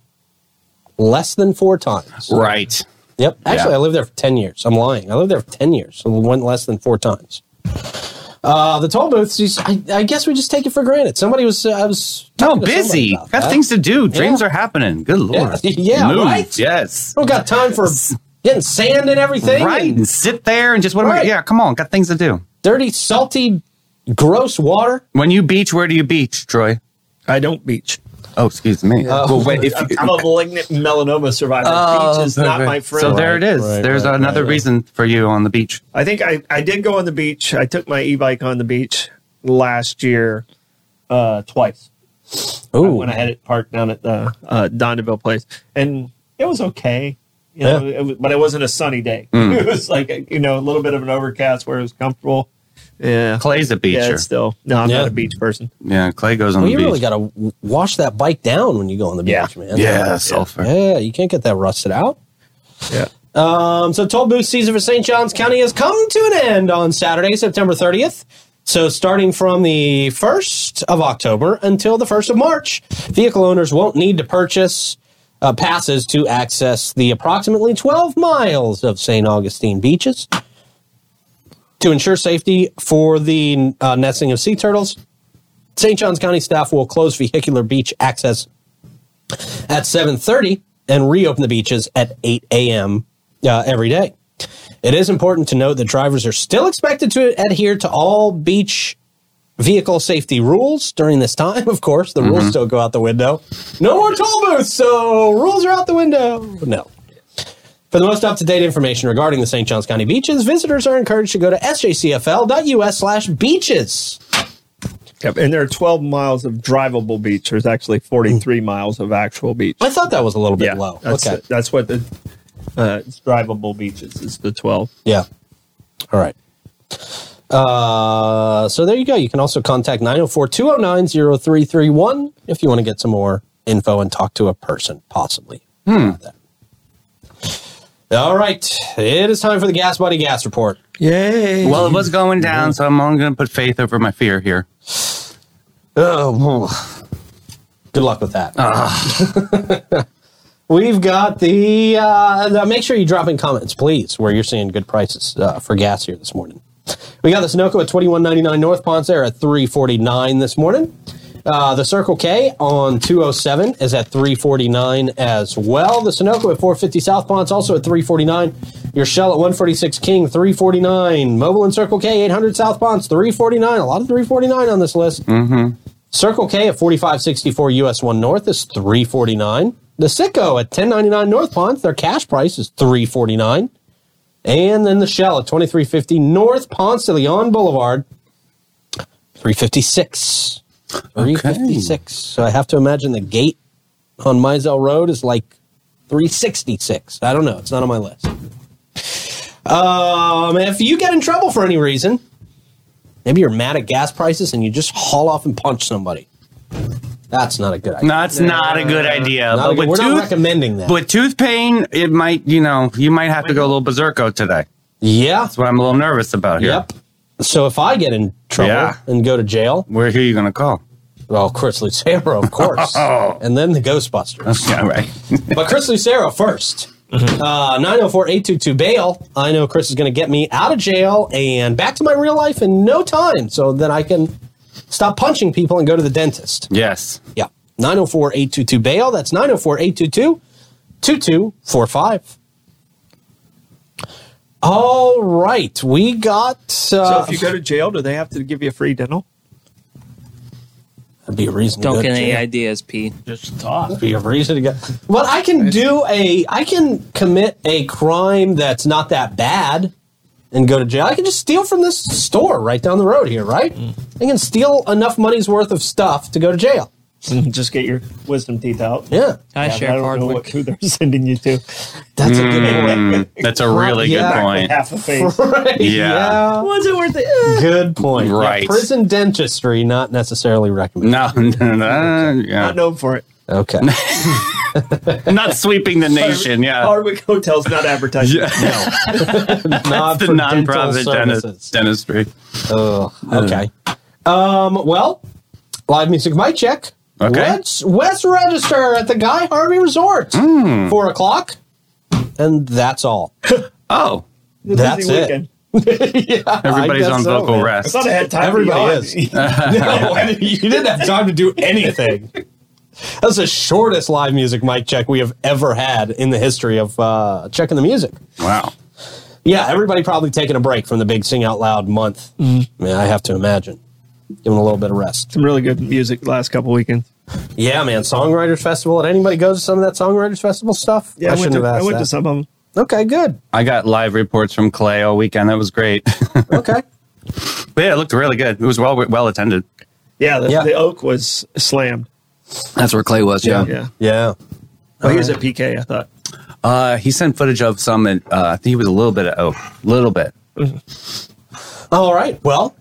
S1: less than four times.
S3: Right.
S1: Yep. Actually,
S3: Yeah.
S1: I lived there for 10 years. I'm lying. I lived there for 10 years. So went less than four times. Uh, the toll booths, you s- I, I guess we just take it for granted. Somebody was, uh, I was.
S3: Oh,
S1: talking to somebody
S3: busy.
S1: about
S3: Got
S1: that.
S3: things to do. Dreams
S1: Yeah.
S3: are happening. Good lord.
S1: Yeah. Yeah,
S3: Move.
S1: right?
S3: Yes.
S1: Don't got time for getting sand and everything.
S3: Right.
S1: and
S3: And sit there and just what? Am I,
S1: Right.
S3: yeah. Come on. Got things to do.
S1: dirty, salty, gross water.
S3: When you beach, where do you beach, Troy?
S2: I don't beach.
S3: Oh, excuse me. well, wait, if you, Oh,
S2: I'm a malignant melanoma survivor. beach is not my friend.
S3: So there it is.
S1: Oh. right,
S3: There's
S1: right,
S3: another
S1: right, right.
S3: reason for you on the beach.
S2: I think I, I did go on the beach. I took my e-bike on the beach last year uh, twice
S1: Ooh.
S2: when I had it parked down at the uh, Dondeville place, and it was okay. You know, it was, but it wasn't a sunny day.
S1: Mm.
S2: It was like you know a little bit of an overcast where it was comfortable. Yeah,
S3: Clay's a
S2: yeah.
S3: beacher.
S2: It's still no, I'm
S1: Yeah.
S2: not a beach person.
S3: Yeah, Clay goes on
S1: Well,
S3: the
S1: you
S3: beach.
S1: really got to wash that bike down when you go on the beach,
S2: Yeah.
S1: man.
S3: yeah, sulfur.
S1: Yeah, you can't get that rusted out.
S2: Yeah,
S1: Um, so toll booth season for St. John's County has come to an end on Saturday, September 30th. So starting from the 1st of October until the 1st of March, vehicle owners won't need to purchase uh, passes to access the approximately 12 miles of St. Augustine beaches. To ensure safety for the uh, nesting of sea turtles, St. John's County staff will close vehicular beach access at 7.30 and reopen the beaches at 8 a.m. Uh, every day. It is important to note that drivers are still expected to adhere to all beach vehicle safety rules during this time. Of course, the rules still go out the window. No more toll booths, so rules are out the window. No. For the most up-to-date information regarding the St. Johns County beaches, visitors are encouraged to go to sjcfl.us slash beaches.
S2: Yep. and there are 12 miles of drivable beach. There's actually 43 miles of actual beach.
S1: I thought that was a Mm. little bit low.
S2: That's,
S1: okay.
S2: That's what the uh, it's drivable beaches is the 12.
S1: Yeah. All right. Uh, so there you go. You can also contact 904 209 0331 if you want to get some more info and talk to a person, possibly. about that. All right. It is time for the Gas Buddy Gas Report.
S4: Yay.
S3: Well, it was going down, so I'm only going to put faith over my fear here.
S1: Oh, good luck with that. We've got the. Uh, now make sure you drop in comments, please, where you're seeing good prices uh, for gas here this morning. We got the Sunoco at twenty one ninety nine North Ponce Air at three forty nine this morning. Uh, the Circle K on two oh seven is at three forty nine as well. The Sunoco at four fifty South Ponce also at three forty nine. Your Shell at one forty six King three forty nine. Mobile and Circle K eight hundred South Ponce three forty nine. A lot of three forty nine on this list. Circle K at 4564 US 1 North is 349. The Sicko at 1099 North Ponce, their cash price is 349. And then the Shell at 2350 North Ponce de Leon Boulevard, 356. 356. So I have to imagine the gate on Mizell Road is like 366. I don't know. It's not on my list. Um, if you get in trouble for any reason, Maybe you're mad at gas prices and you just haul off and punch somebody. That's not a good idea.
S3: No, it's not a good
S1: Not
S3: idea.
S1: a
S3: But
S1: good-
S3: with
S1: we're not
S3: tooth,
S1: recommending that.
S3: with tooth pain, it might, you know, you might have to go a little berserko today.
S1: yeah.
S3: That's what I'm a little nervous about here.
S1: Yep. So if I get in trouble
S3: Yeah.
S1: and go to jail,
S3: Where who are you going to call?
S1: well, Chris Lucero, of course,
S3: Oh.
S1: and then the Ghostbusters.
S3: Yeah, right.
S1: but Chris Lucero first.
S3: Mm-hmm.
S1: Uh, 904-822 bail. I know Chris is going to get me out of jail and back to my real life in no time so that I can stop punching people and go to the dentist.
S3: yes.
S1: Yeah. 904 822 bail. That's 904 822 2245. All right. We got.
S2: So
S1: Uh,
S2: if you go to jail, do they have to give you a free dental?
S1: that'd be a reason to
S4: Don't
S1: go
S4: get
S1: to
S4: any
S1: jail.
S4: ideas, P.
S2: Just talk.
S1: Be a reason to go. Well, I can do a. I can commit a crime that's not that bad and go to jail. I can just steal from this store right down the road here, right?
S2: Mm.
S1: I can steal enough money's worth of stuff to go to jail.
S2: Just get your wisdom teeth out.
S1: Yeah.
S4: Hi,
S2: Yeah, but I
S4: Sheriff
S2: don't know
S4: Hardwick.
S2: what, who they're sending you to.
S1: That's a good one.
S3: Mm, that's a really
S1: Yeah.
S3: good point.
S2: Half a face.
S1: Right?
S3: Yeah.
S2: Was it worth it?
S1: Good point.
S3: Right.
S1: Yeah, prison dentistry not necessarily recommended.
S3: No, no, no,
S2: Not
S3: yeah.
S2: known for it.
S1: Okay.
S3: not sweeping the nation.
S1: Uh,
S3: Yeah.
S2: Hardwick Hotel's not advertising.
S3: Yeah.
S1: Not
S3: the
S1: for dental
S3: nonprofit
S1: services.
S3: dentist, dentistry.
S1: Ugh, okay. Um, well, live music mic check.
S3: Okay.
S1: Let's, let's register at the Guy Harvey Resort.
S3: Hmm.
S1: Four o'clock. And that's all.
S3: Oh,
S1: That's
S2: Busy
S1: it.
S2: weekend.
S3: everybody's
S1: guess
S3: on
S1: so,
S3: vocal
S1: man.
S2: I
S3: rest.
S2: thought I had time.
S1: Everybody
S2: beyond-
S1: is. you didn't have time to do anything. That's the shortest live music mic check we have ever had in the history of uh, checking the music.
S3: Wow.
S1: Yeah, everybody probably taking a break from the big sing out loud month. I mean, I have to imagine. Give them a little bit of rest.
S2: Some really good music the last couple weekends.
S1: Yeah, man. Songwriters Festival. Did anybody go to some of that Songwriters Festival stuff?
S2: Yeah, I, went,
S1: shouldn't
S2: to,
S1: have
S2: I
S1: asked
S2: went
S1: that.
S2: to some of them.
S1: Okay, good.
S3: I got live reports from Clay all weekend. That was great.
S1: Okay.
S3: yeah, it looked really good. It was well well attended.
S2: Yeah, the,
S1: Yeah.
S2: the oak was slammed.
S3: That's where Clay was. Yeah.
S2: Yeah.
S1: yeah.
S2: Well, he was at PK, I thought.
S3: Uh, he sent footage of some. And, uh, I think he was a little bit of oak, little bit.
S1: All right. Well,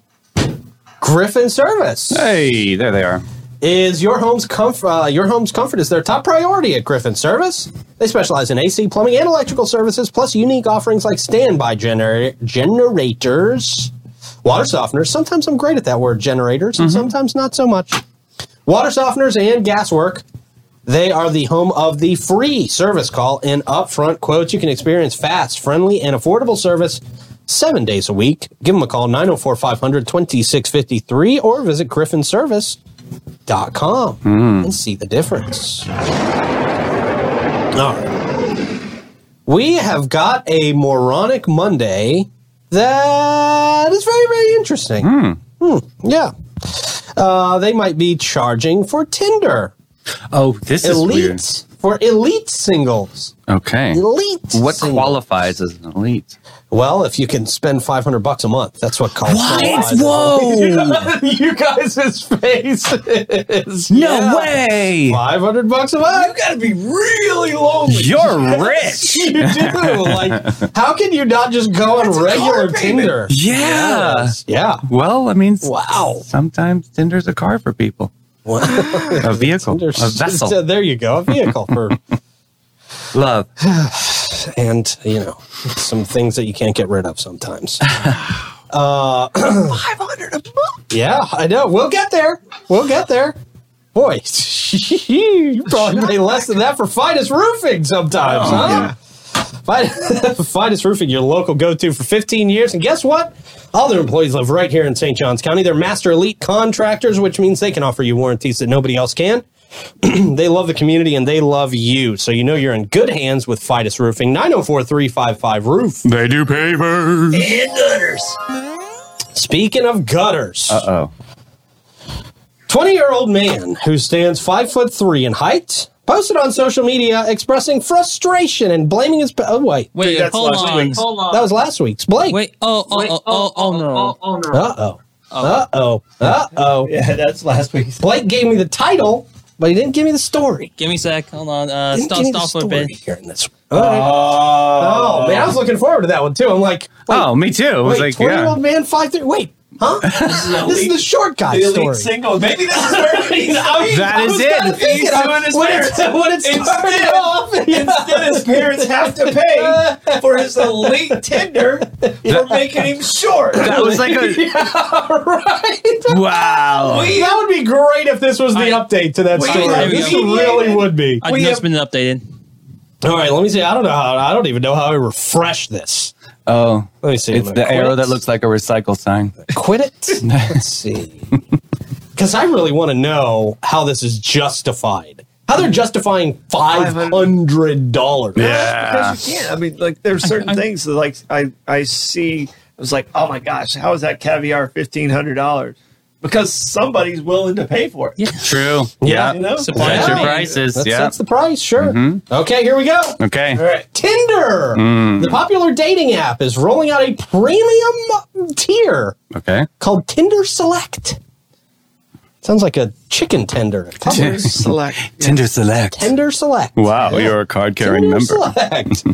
S1: Griffin Service
S3: Hey, there they are.
S1: is your home's comfort. Uh, your home's comfort is their top priority at Griffin Service. They specialize in AC, plumbing, and electrical services, plus unique offerings like standby gener- generators, water softeners. Sometimes I'm great at that word, generators, and sometimes not so much. Water softeners and gas work. They are the home of the free service call and upfront quotes. You can experience fast, friendly, and affordable service seven days a week. Give them a call, 904 500 2653, or visit griffinservice.com
S3: Hmm.
S1: and see the difference. All right. We have got a moronic Monday that is very, very interesting. Hmm, yeah. Uh, they might be charging for Tinder
S3: Oh, this is weird.
S1: elites for elite singles.
S3: Okay.
S1: Elite.
S3: What
S1: singles.
S3: qualifies as an elite?
S1: Well, if you can spend five hundred bucks a month, that's what college. qualifies as
S4: Whoa!
S1: you guys' face is
S3: No way.
S1: Five hundred bucks a month.
S5: You gotta be really lonely.
S3: You're rich.
S1: you do. Like, how can you not just go on regular
S5: car payment.
S1: Tinder?
S3: Yeah.
S1: Yes. Yeah.
S3: Well, I mean,
S1: Wow.
S3: Sometimes Tinder's a car for people. a vehicle, a
S1: So
S3: vessel,
S1: uh, there you go. A vehicle for,
S3: love.
S1: and you know, some things that you can't get rid of sometimes. Uh, Yeah, I know. We'll get there. We'll get there. Boy, you probably pay less than that for Fidus Roofing sometimes, huh? Fi- Fidus Roofing, your local go-to for 15 years. And guess what? All their employees live right here in St. John's County. They're master elite contractors, which means they can offer you warranties that nobody else can. they love the community and they love you. So you know you're in good hands with Fidus Roofing. 904-355-ROOF.
S3: They do pavers.
S1: Speaking of gutters.
S3: Oh,
S1: 20 year old man who stands 5 foot 3 in height posted on social media expressing frustration and blaming his. Oh, wait.
S4: Wait,
S2: that's
S4: hold
S2: last
S4: on.
S2: week.
S5: Hold on.
S1: That was last week's. Blake.
S4: Wait, oh, oh,
S5: Wait,
S4: oh, oh, oh, no.
S5: Oh, no.
S1: Uh oh. Uh oh. Uh oh.
S2: Yeah, that's last week.
S1: Blake gave me the title, but he didn't give me the story.
S4: Give me a sec. Hold on. Uh,
S1: Didn't
S4: stop,
S1: give me the
S4: stop for a bit.
S1: story here in this. All right. Oh, man. I was looking forward to that one, too. I'm like, wait,
S3: oh, me too. It was
S1: wait,
S3: like,
S1: 20 year
S3: yeah.
S1: old man, 5 3. Wait. Huh? this is the short guy
S2: The elite
S1: story.
S2: single. Maybe that's where he's
S3: That is it.
S1: Thinking
S2: He's
S1: of
S2: doing his
S1: when it-
S2: parents.
S1: when it started
S2: Instead-
S1: off.
S2: Instead, his parents have to pay for his elite Tinder for making him short.
S3: That was like a
S1: right.
S3: wow.
S1: That would be great if this was the
S4: I-
S1: update to that
S4: Wait,
S1: story.
S4: there we
S1: this
S4: go.
S1: really would be.
S4: I know it's been updated.
S1: All right, let me see. I don't know how. I don't even know how I refresh this.
S3: Oh,
S1: Let me see.
S3: it's
S1: I'm gonna
S3: the arrow
S1: quit it.
S3: that looks like a recycle sign.
S1: Quit it. Let's see. Because I really want to know how this is justified. How they're justifying five hundred dollars.
S2: Because you can't. I mean, like there's certain things that like I I see. I was like, oh my gosh, how is that caviar fifteen hundred dollars? Because somebody's willing to pay for it.
S4: Yeah.
S3: True.
S1: Yeah.
S2: You know?
S4: Supply
S3: That's
S4: and
S3: your
S4: demand.
S3: prices.
S1: That
S3: Yeah. Mm-hmm.
S1: sets the price. Sure. Okay, here we go.
S3: Okay.
S2: All right.
S1: Tinder,
S3: Mm.
S1: the popular dating app, is rolling out a premium tier
S3: Okay.
S1: called Tinder Select. Sounds like a chicken tender. at Publix.
S2: Select.
S3: Tinder Select.
S1: Tender Select.
S3: Wow, you're a card-carrying
S1: Tinder
S3: member.
S1: Select.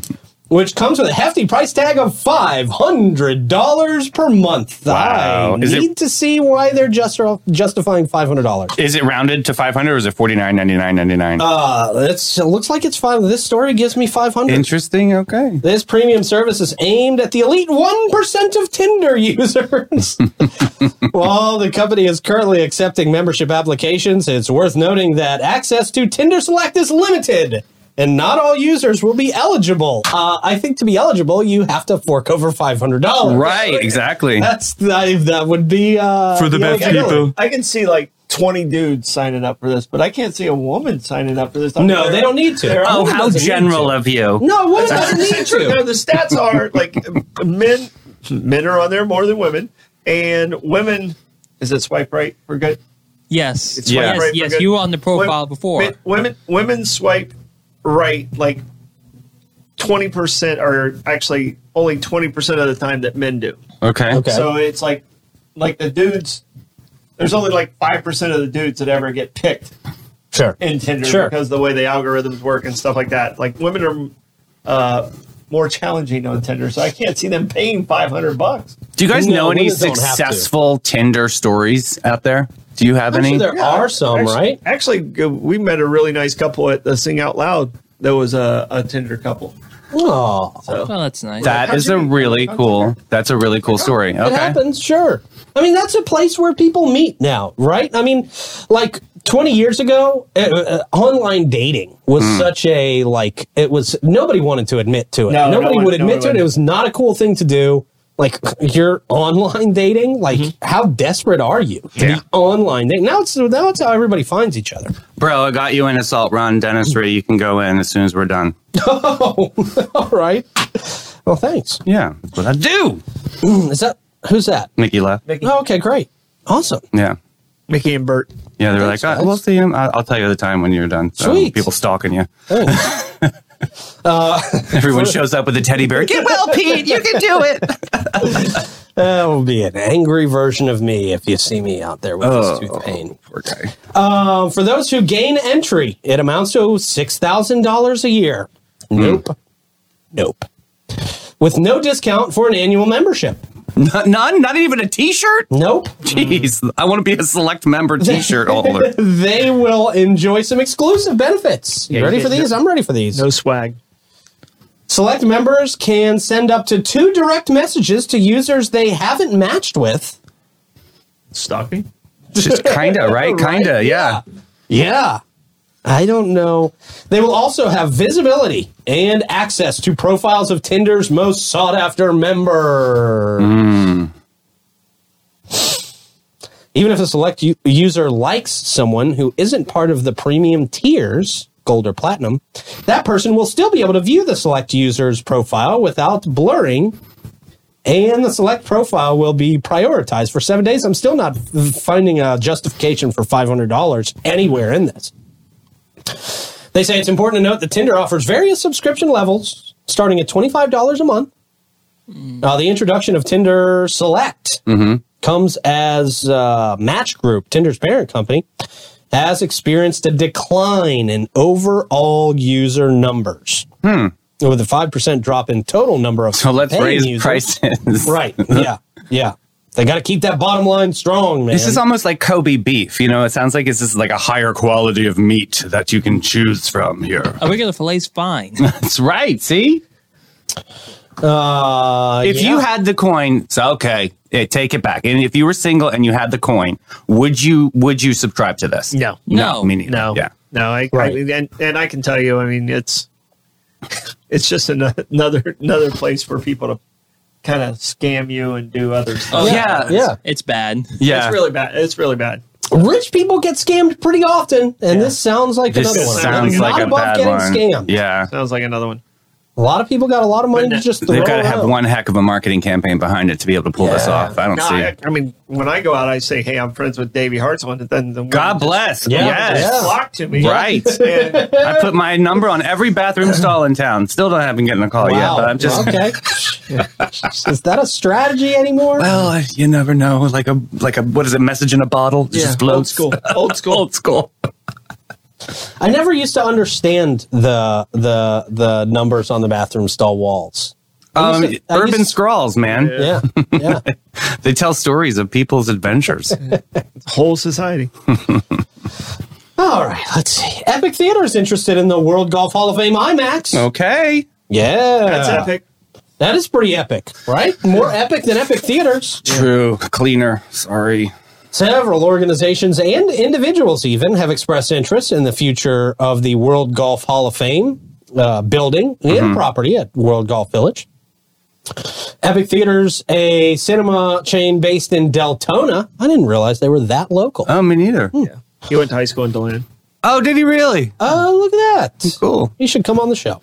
S1: Which comes with a hefty price tag of five hundred dollars per month.
S3: Wow.
S1: I
S3: Is it-
S1: need to see why they're just justifying five hundred dollars.
S3: Is it rounded to 500 or is it 49.99.99?
S1: Uh, that's it looks like it's five. This story gives me five hundred.
S3: Interesting. Okay.
S1: This premium service is aimed at the elite 1% of Tinder users. While the company is currently accepting membership applications, it's worth noting that access to Tinder Select is limited and not all users will be eligible. Uh, I think to be eligible, you have to fork over $500.
S3: Right. Exactly.
S1: That's that, that would be uh,
S3: For the best
S1: eligibility.
S3: people.
S2: I can see like twenty dudes signing up for this, but I can't see a woman signing up for this.
S1: No, they don't need to.
S2: They're-
S3: Oh,
S1: Woman
S3: how
S1: doesn't need
S3: general
S1: to.
S3: of you.
S1: No, women doesn't need
S2: Essentially, no,
S1: to.
S2: the stats are like men men are on there more than women, and women is it swipe right for good?
S4: Yes.
S2: It's swipe right
S3: Yeah.
S4: Yes,
S2: for
S4: yes.
S2: good?
S4: You were on the profile
S2: Wo-
S4: before.
S2: wo- Women women swipe right like twenty percent are actually only twenty percent of the time that men do.
S3: Okay.
S1: Okay.
S2: So it's like like the dudes there's only like five percent of the dudes that ever get picked
S1: Sure.
S2: in Tinder
S1: Sure.
S2: because the way the algorithms work and stuff like that. Like women are uh, more challenging on Tinder, so I can't see them paying five hundred bucks.
S3: Do you guys
S1: No,
S3: know any
S1: women don't have to.
S3: successful Tinder stories out there? Do you have
S1: Actually,
S3: any?
S1: there are some,
S2: Actually-
S1: right?
S2: Actually, g- we met a really nice couple at the Sing Out Loud. That was a, a Tinder couple.
S1: Oh.
S4: Well, that's nice.
S3: That is a really cool. That's a really cool story.
S1: It
S3: Okay.
S1: happens, sure. I mean, that's a place where people meet now, right? I mean, like 20 years ago, uh, uh, online dating was
S2: Hmm.
S1: such a like it was nobody wanted to admit to it.
S2: No, no
S1: nobody
S2: one-
S1: would admit
S2: no
S1: to it.
S2: one.
S1: It was not a cool thing to do. Like you're online dating, like
S2: Mm-hmm.
S1: how desperate are you to
S3: Yeah.
S1: be online dating? Now it's now it's how everybody finds each other.
S3: Bro, I got you an assault run dentistry. You can go in as soon as we're done.
S1: All right. Well, thanks.
S3: Yeah. That's what I do.
S1: Is that who's that?
S3: Mickey left.
S1: Oh, okay, great, awesome.
S3: Yeah.
S2: Mickey and Bert.
S3: Yeah, they're like, oh, we'll see him. I'll, I'll tell you the time when you're done. So
S1: Sweet.
S3: People stalking you.
S1: Thanks.
S3: Everyone shows up with a teddy bear. Get well, Pete. You can do it.
S1: that will be an angry version of me if you see me out there with this
S3: Oh.
S1: tooth pain.
S3: Poor guy.
S1: Um, for those who gain entry, it amounts to six thousand dollars a year. Nope. Nope. With no discount for an annual membership.
S3: Not, none? Not even a T-shirt?
S1: Nope.
S3: Jeez, I want to be a select member T-shirt holder.
S1: They will enjoy some exclusive benefits. You
S2: Yeah,
S1: ready
S2: yeah,
S1: for these? I'm ready for these.
S2: No swag.
S1: Select members can send up to two direct messages to users they haven't matched with.
S2: Stalking.
S3: Just kinda, right? Kinda, yeah.
S1: Yeah. I don't know. They will also have visibility and access to profiles of Tinder's most sought after member. Even if a select u- user likes someone who isn't part of the premium tiers, gold or platinum, that person will still be able to view the select user's profile without blurring. And the select profile will be prioritized for seven days. I'm still not f- finding a justification for $500 anywhere in this. They say it's important to note that Tinder offers various subscription levels starting at $25 a month.
S3: Mm.
S1: Uh, the introduction of Tinder Select
S3: Mm-hmm.
S1: comes as uh, Match Group, Tinder's parent company, has experienced a decline in overall user numbers. With a 5% drop in total number of
S3: Hmm. So let's
S1: paying
S3: raise
S1: users.
S3: prices.
S1: Right. Yeah. Yeah. They got to keep that bottom line strong, man.
S3: This is almost like Kobe beef. You know, it sounds like it's just like a higher quality of meat that you can choose from here.
S4: Oh, A regular fillet's fine.
S3: That's right. See,
S1: uh,
S3: if
S1: yeah.
S3: you had the coin, so okay, eh, take it back. And if you were single and you had the coin, would you would you subscribe to this?
S2: No.
S4: No.
S3: me neither.
S2: No,
S3: Yeah.
S2: no, I,
S1: Right.
S2: I and, and I can tell you, I mean, it's it's just ano- another another place for people to kind of scam you and do other stuff.
S4: Oh,
S3: Yeah.
S1: yeah.
S4: It's bad.
S3: Yeah.
S2: It's really bad. It's really bad.
S1: Rich people get scammed pretty often, and
S2: Yeah.
S1: this sounds like
S3: this
S1: another one.
S3: sounds
S1: I'm
S3: like
S1: not
S3: a
S1: above
S3: bad
S1: getting
S3: one.
S1: scammed.
S3: Yeah.
S2: Sounds like another one.
S1: A lot of people got a lot of money
S2: But
S1: to just throw
S3: They've got to have
S1: around.
S3: one heck of a marketing campaign behind it to be able to pull this
S1: Yeah.
S3: off. I don't
S2: No,
S3: see.
S2: I,
S3: it.
S2: I mean, when I go out, I say, "Hey, I'm friends with Davey Hartzman," and then the
S3: God
S2: women
S3: bless.
S1: Yeah.
S3: Yes.
S2: just flock to me,
S3: Right.
S2: And
S3: I put my number on every bathroom stall in town. Still don't haven't gotten a call yet,
S1: Wow.
S3: Oh, but I'm just
S1: okay. is that a strategy anymore?
S3: well, I- you never know. Like a like a what is it? Message in a bottle. It just
S2: old
S3: blows.
S2: school, old school,
S3: Old school.
S1: I never used to understand the the the numbers on the bathroom stall walls. I
S3: Um,
S1: used to- I
S3: urban
S1: used-
S3: scrawls, man.
S1: Yeah, yeah.
S3: They tell stories of people's adventures.
S2: whole society.
S1: All right, let's see. Epic Theater is interested in the World Golf Hall of Fame IMAX.
S3: Oh. okay.
S1: Yeah,
S2: That's epic.
S1: That is pretty epic, right? More epic than Epic Theaters.
S3: True. Cleaner. Sorry.
S1: Several organizations and individuals even have expressed interest in the future of the World Golf Hall of Fame uh, building and property at World Golf Village. Epic Theaters, a cinema chain based in Deltona. I didn't realize they were that local.
S3: Oh, me neither.
S2: He went to high school in Deland.
S3: Oh, did he really?
S1: Hmm. Oh, look at that.
S3: Cool.
S1: You should come on the show.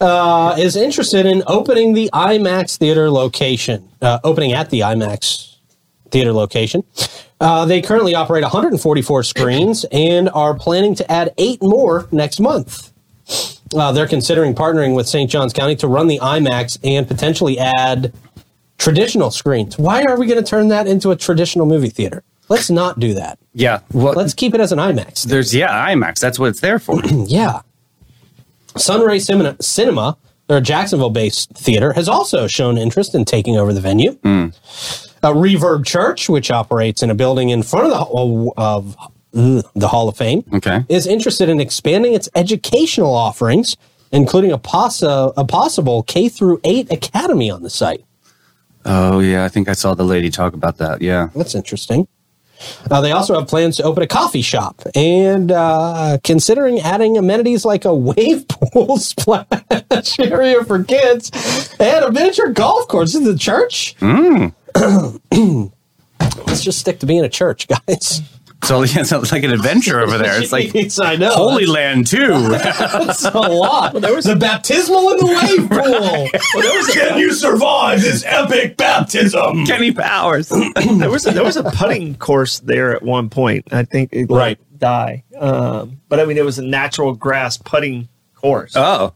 S1: Uh, is interested in opening the IMAX theater location, uh, opening at the IMAX theater location. Uh, they currently operate 144 screens and are planning to add eight more next month. Uh, they're considering partnering with St. Johns County to run the IMAX and potentially add traditional screens. Why are we going to turn that into a traditional movie theater? Let's not do that.
S3: Yeah. Well,
S1: Let's keep it as an IMAX.
S3: there's yeah IMAX. That's what it's there for.
S1: Mm, Yeah. Sunray Cinema, Cinema their Jacksonville based theater, has also shown interest in taking over the venue. Uh, Reverb Church, which operates in a building in front of the, hall- of, ugh, the Hall of Fame,
S3: Okay.
S1: is interested in expanding its educational offerings, including a, poss- a possible K through 8 academy on the site.
S3: oh yeah, I think I saw the lady talk about that. Yeah.
S1: That's interesting. Uh, they also have plans to open a coffee shop and uh, considering adding amenities like a wave pool splash area for kids and a miniature golf course in the
S3: Hmm.
S1: church. Let's just stick to being a church, guys.
S3: So yeah, so it's like an adventure over there. It's like
S1: Jeez, I know.
S3: Holy Land too.
S1: that's a lot. There was the baptismal in the wave pool. There was a-
S5: Can you survive this epic baptism?
S3: Kenny Powers.
S5: there was a, there was a putting course there at one point. I think it
S1: Right.
S5: right die, um, but I mean it was a natural grass putting course,
S3: Oh.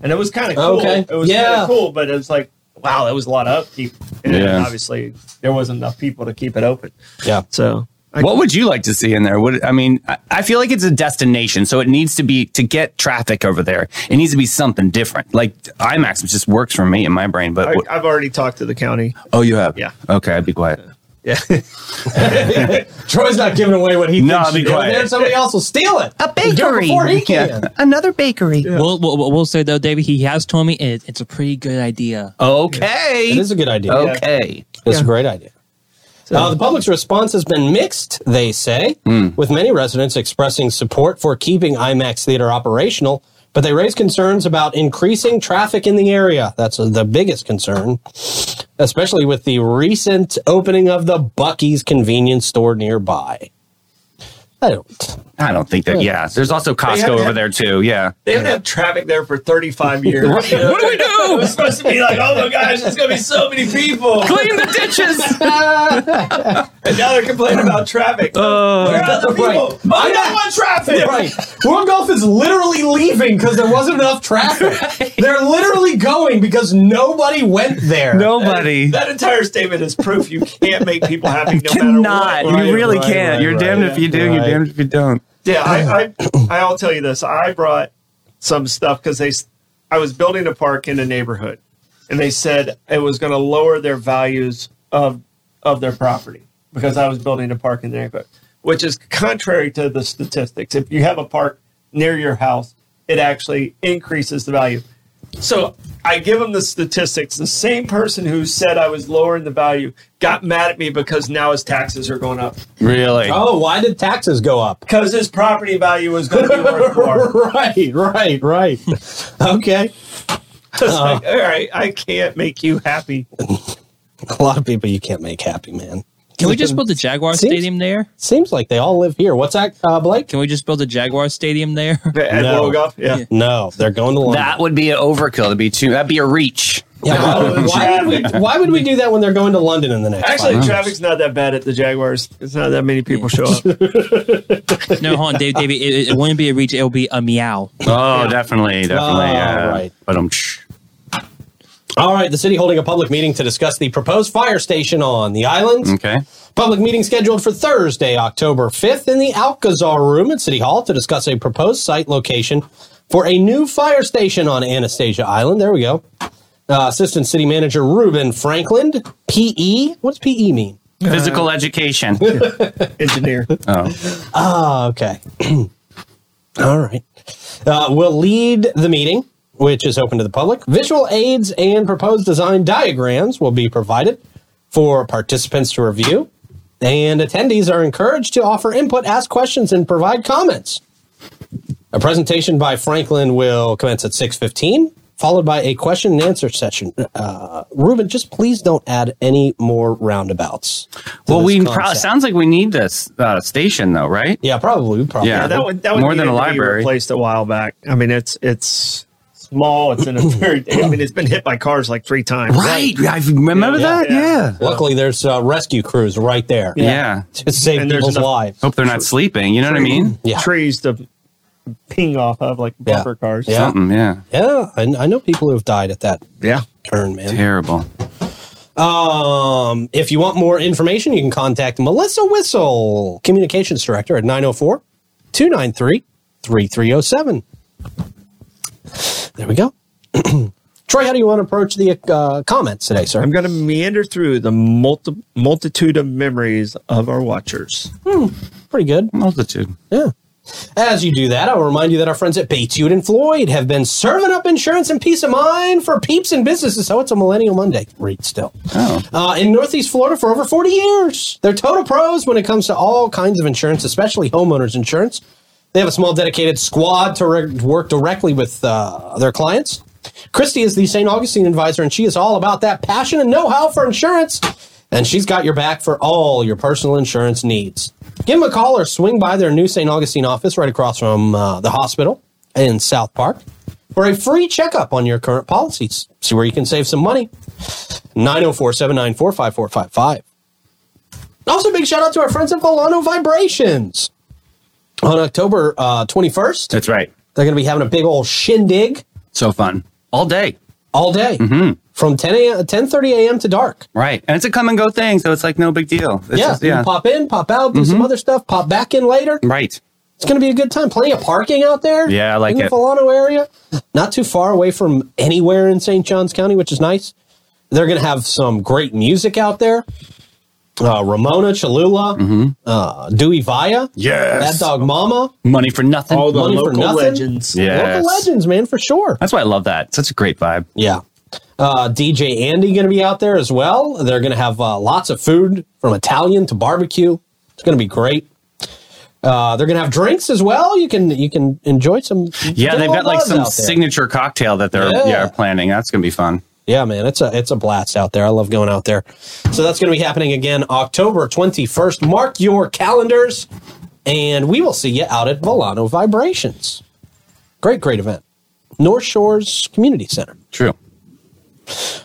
S5: and it was kind of cool.
S1: Okay.
S5: It was
S1: Yeah.
S5: kind of cool, but it was like wow, that was a lot of upkeep, and
S3: Yeah.
S5: obviously there wasn't enough people to keep it open.
S1: yeah.
S5: So I,
S3: What would you like to see in there? What I mean, I, I feel like it's a destination, so it needs to be to get traffic over there. It needs to be something different. Like IMAX just works for me in my brain. But
S5: I,
S3: what-
S5: I've already talked to the county.
S3: oh, you have,
S5: Yeah.
S3: Okay, I'd be quiet.
S5: Yeah,
S1: Troy's not giving away what he
S3: No,
S1: thinks.
S3: I'll be
S1: should go in
S3: quiet.
S1: there and somebody else will steal it.
S6: A
S1: Do it
S6: bakery.
S1: before he can.
S6: Another bakery.
S4: We'll, we'll, we'll say though, David, he has told me it, it's a pretty good idea.
S3: Okay,
S1: It is a good idea.
S3: Oh, okay.
S1: It's a great idea. Uh, the public's response has been mixed, they say, with many residents expressing support for keeping IMAX Theater operational, but they raise concerns about increasing traffic in the area. That's uh, the biggest concern, especially with the recent opening of the Bucky's convenience store nearby. I don't.
S3: I don't think that. Yeah, there's also Costco
S5: have-
S3: over there too. Yeah,
S5: they haven't had traffic there for thirty five years.
S3: what do we
S2: It
S3: do?
S2: was supposed to be like, oh my gosh, there's gonna be so many people.
S3: Clean the ditches.
S5: And now they're complaining about traffic.
S3: Uh,
S5: Where are the people?
S2: Oh,
S1: Right.
S5: I don't want traffic.
S1: Right. World Golf is literally leaving because there wasn't enough traffic. They're literally going because nobody went there.
S3: Nobody.
S5: That entire statement is proof you can't make people happy no
S3: Cannot.
S5: matter what.
S3: you really
S1: right,
S3: can't.
S1: right,
S3: you're
S1: right.
S3: damned if you do. You're
S1: Right.
S3: damned if you don't.
S5: Yeah, I, I, I'll tell you this. I brought some stuff because they, s- I was building a park in a neighborhood, and they said it was going to lower their values of of their property because I was building a park in the neighborhood, which is contrary to the statistics. If you have a park near your house, it actually increases the value. So I give them the statistics. The same person who said I was lowering the value got mad at me because now his taxes are going up
S3: Really?
S1: Oh, why did taxes go up?
S5: because his property value was going to be worth more.
S1: right, right, right. okay.
S5: It's like, all right, I can't make you happy.
S1: A lot of people you can't make happy, man.
S4: Can we just build the Jaguar
S1: Seems-
S4: Stadium there?
S1: Seems like they all live here. What's that, uh, Blake?
S4: Can we just build a Jaguar Stadium there?
S5: Ed
S1: No.
S5: Wogoff, yeah.
S1: No, they're going to London.
S3: That would be an overkill. That'd be too. That'd be a reach.
S1: Yeah, why, why would we, why would we do that when they're going to London in the next?
S5: Actually,
S1: five
S5: traffic's not that bad at the Jaguars. It's not that many people show up.
S4: no, hold on, Dave, David. It, it wouldn't be a reach. It'll be a meow.
S3: Oh, definitely, definitely.
S1: Oh,
S3: yeah.
S1: right.
S3: But um, I'm.
S1: All right, the city holding a public meeting to discuss the proposed fire station on the island.
S3: Okay.
S1: Public meeting scheduled for Thursday, October 5th in the Alcazar Room at City Hall to discuss a proposed site location for a new fire station on Anastasia Island. There we go. Uh, Assistant City Manager Ruben Franklin, PE. What does PE mean?
S3: Physical education.
S5: Engineer.
S3: Oh.
S1: Oh, okay. All right. Uh, will lead the meeting, which is open to the public. Visual aids and proposed design diagrams will be provided for participants to review. And attendees are encouraged to offer input, ask questions, and provide comments. A presentation by Franklin will commence at 6.15, followed by a question and answer session. Uh, Ruben, just please don't add any more roundabouts. to
S3: Well,
S1: this
S3: we pro-
S1: concept.
S3: sounds like we need this uh, station though, right?
S1: Yeah, probably. probably.
S3: Yeah.
S5: that would that would
S3: More
S5: need
S3: than a
S5: to be
S3: library.
S5: replaced a while back. I mean, it's it's small. It's in a very. I mean, it's been hit by cars like three times.
S3: Right. I remember
S5: Yeah.
S3: that.
S5: Yeah.
S3: Yeah.
S1: Luckily, there's uh, rescue crews right there
S3: Yeah.
S1: to save
S5: And there's
S1: people's
S5: enough-
S1: lives.
S3: Hope they're not sleeping. You know what I mean?
S1: Yeah.
S5: Trees to ping off of like
S1: Yeah.
S5: bumper cars.
S1: Yeah.
S3: Something. Yeah.
S1: Yeah, I, I know people who have died at that
S5: yeah.
S1: turn, man.
S3: Terrible.
S1: Um, if you want more information, you can contact Melissa Whistle, Communications Director at 904 293 3307. There we go. Troy, how do you want to approach the uh, comments today, sir?
S5: I'm going to meander through the multi- multitude of memories of our watchers.
S1: Pretty good.
S3: Multitude.
S1: Yeah. As you do that, I will remind you that our friends at Batute and Floyd have been serving up insurance and peace of mind for peeps and businesses. Oh, it's a Millennial Monday read still.
S3: Oh.
S1: Uh, in Northeast Florida for over 40 years. They're total pros when it comes to all kinds of insurance, especially homeowners insurance. They have a small dedicated squad to re- work directly with uh, their clients. Christy is the St. Augustine advisor, and she is all about that passion and know how for insurance. And she's got your back for all your personal insurance needs. Give them a call or swing by their new St. Augustine office right across from uh, the hospital in South Park for a free checkup on your current policies. See where you can save some money. 904 794 5455. Also, big shout out to our friends at Volano Vibrations. On October uh, 21st,
S3: That's right.
S1: they're going to be having a big old shindig
S3: So fun. All day.
S1: all day from 10 a.m. 10:30 a.m. to dark.
S3: Right. And it's a come and go thing, so it's like no big deal. It's
S1: yeah,
S3: just-
S1: you
S3: yeah.
S1: pop in, pop out, do some other stuff, pop back in later.
S3: Right.
S1: It's going to be a good time. Plenty of parking out there.
S3: Yeah, I like
S1: in the
S3: it.
S1: Volano area, not too far away from anywhere in St. Johns County, which is nice. They're going to have some great music out there. Uh, Ramona Cholula,
S3: Mm-hmm.
S1: uh, Dewey Vaya, Bad
S3: Yes.
S1: Dog Mama,
S3: Money for nothing.
S5: All the
S1: Money for
S5: local
S1: Nothing.
S5: legends.
S3: Yes.
S1: local legends, man, for sure.
S3: That's why I love that. Such a great vibe.
S1: Yeah. Uh, DJ Andy going to be out there as well. They're going to have uh, lots of food from Italian to barbecue. It's going to be great. Uh, they're going to have drinks as well. You can you can enjoy some.
S3: Yeah,
S1: good
S3: they've
S1: old
S3: got like
S1: buzz
S3: some
S1: out there.
S3: signature cocktail that they're
S1: Yeah.
S3: yeah. planning. That's gonna be fun.
S1: Yeah, man, it's a it's a blast out there. I love going out there. So that's going to be happening again October twenty first. Mark your calendars, and we will see you out at Volano Vibrations. Great, great event. North Shores Community Center.
S3: True.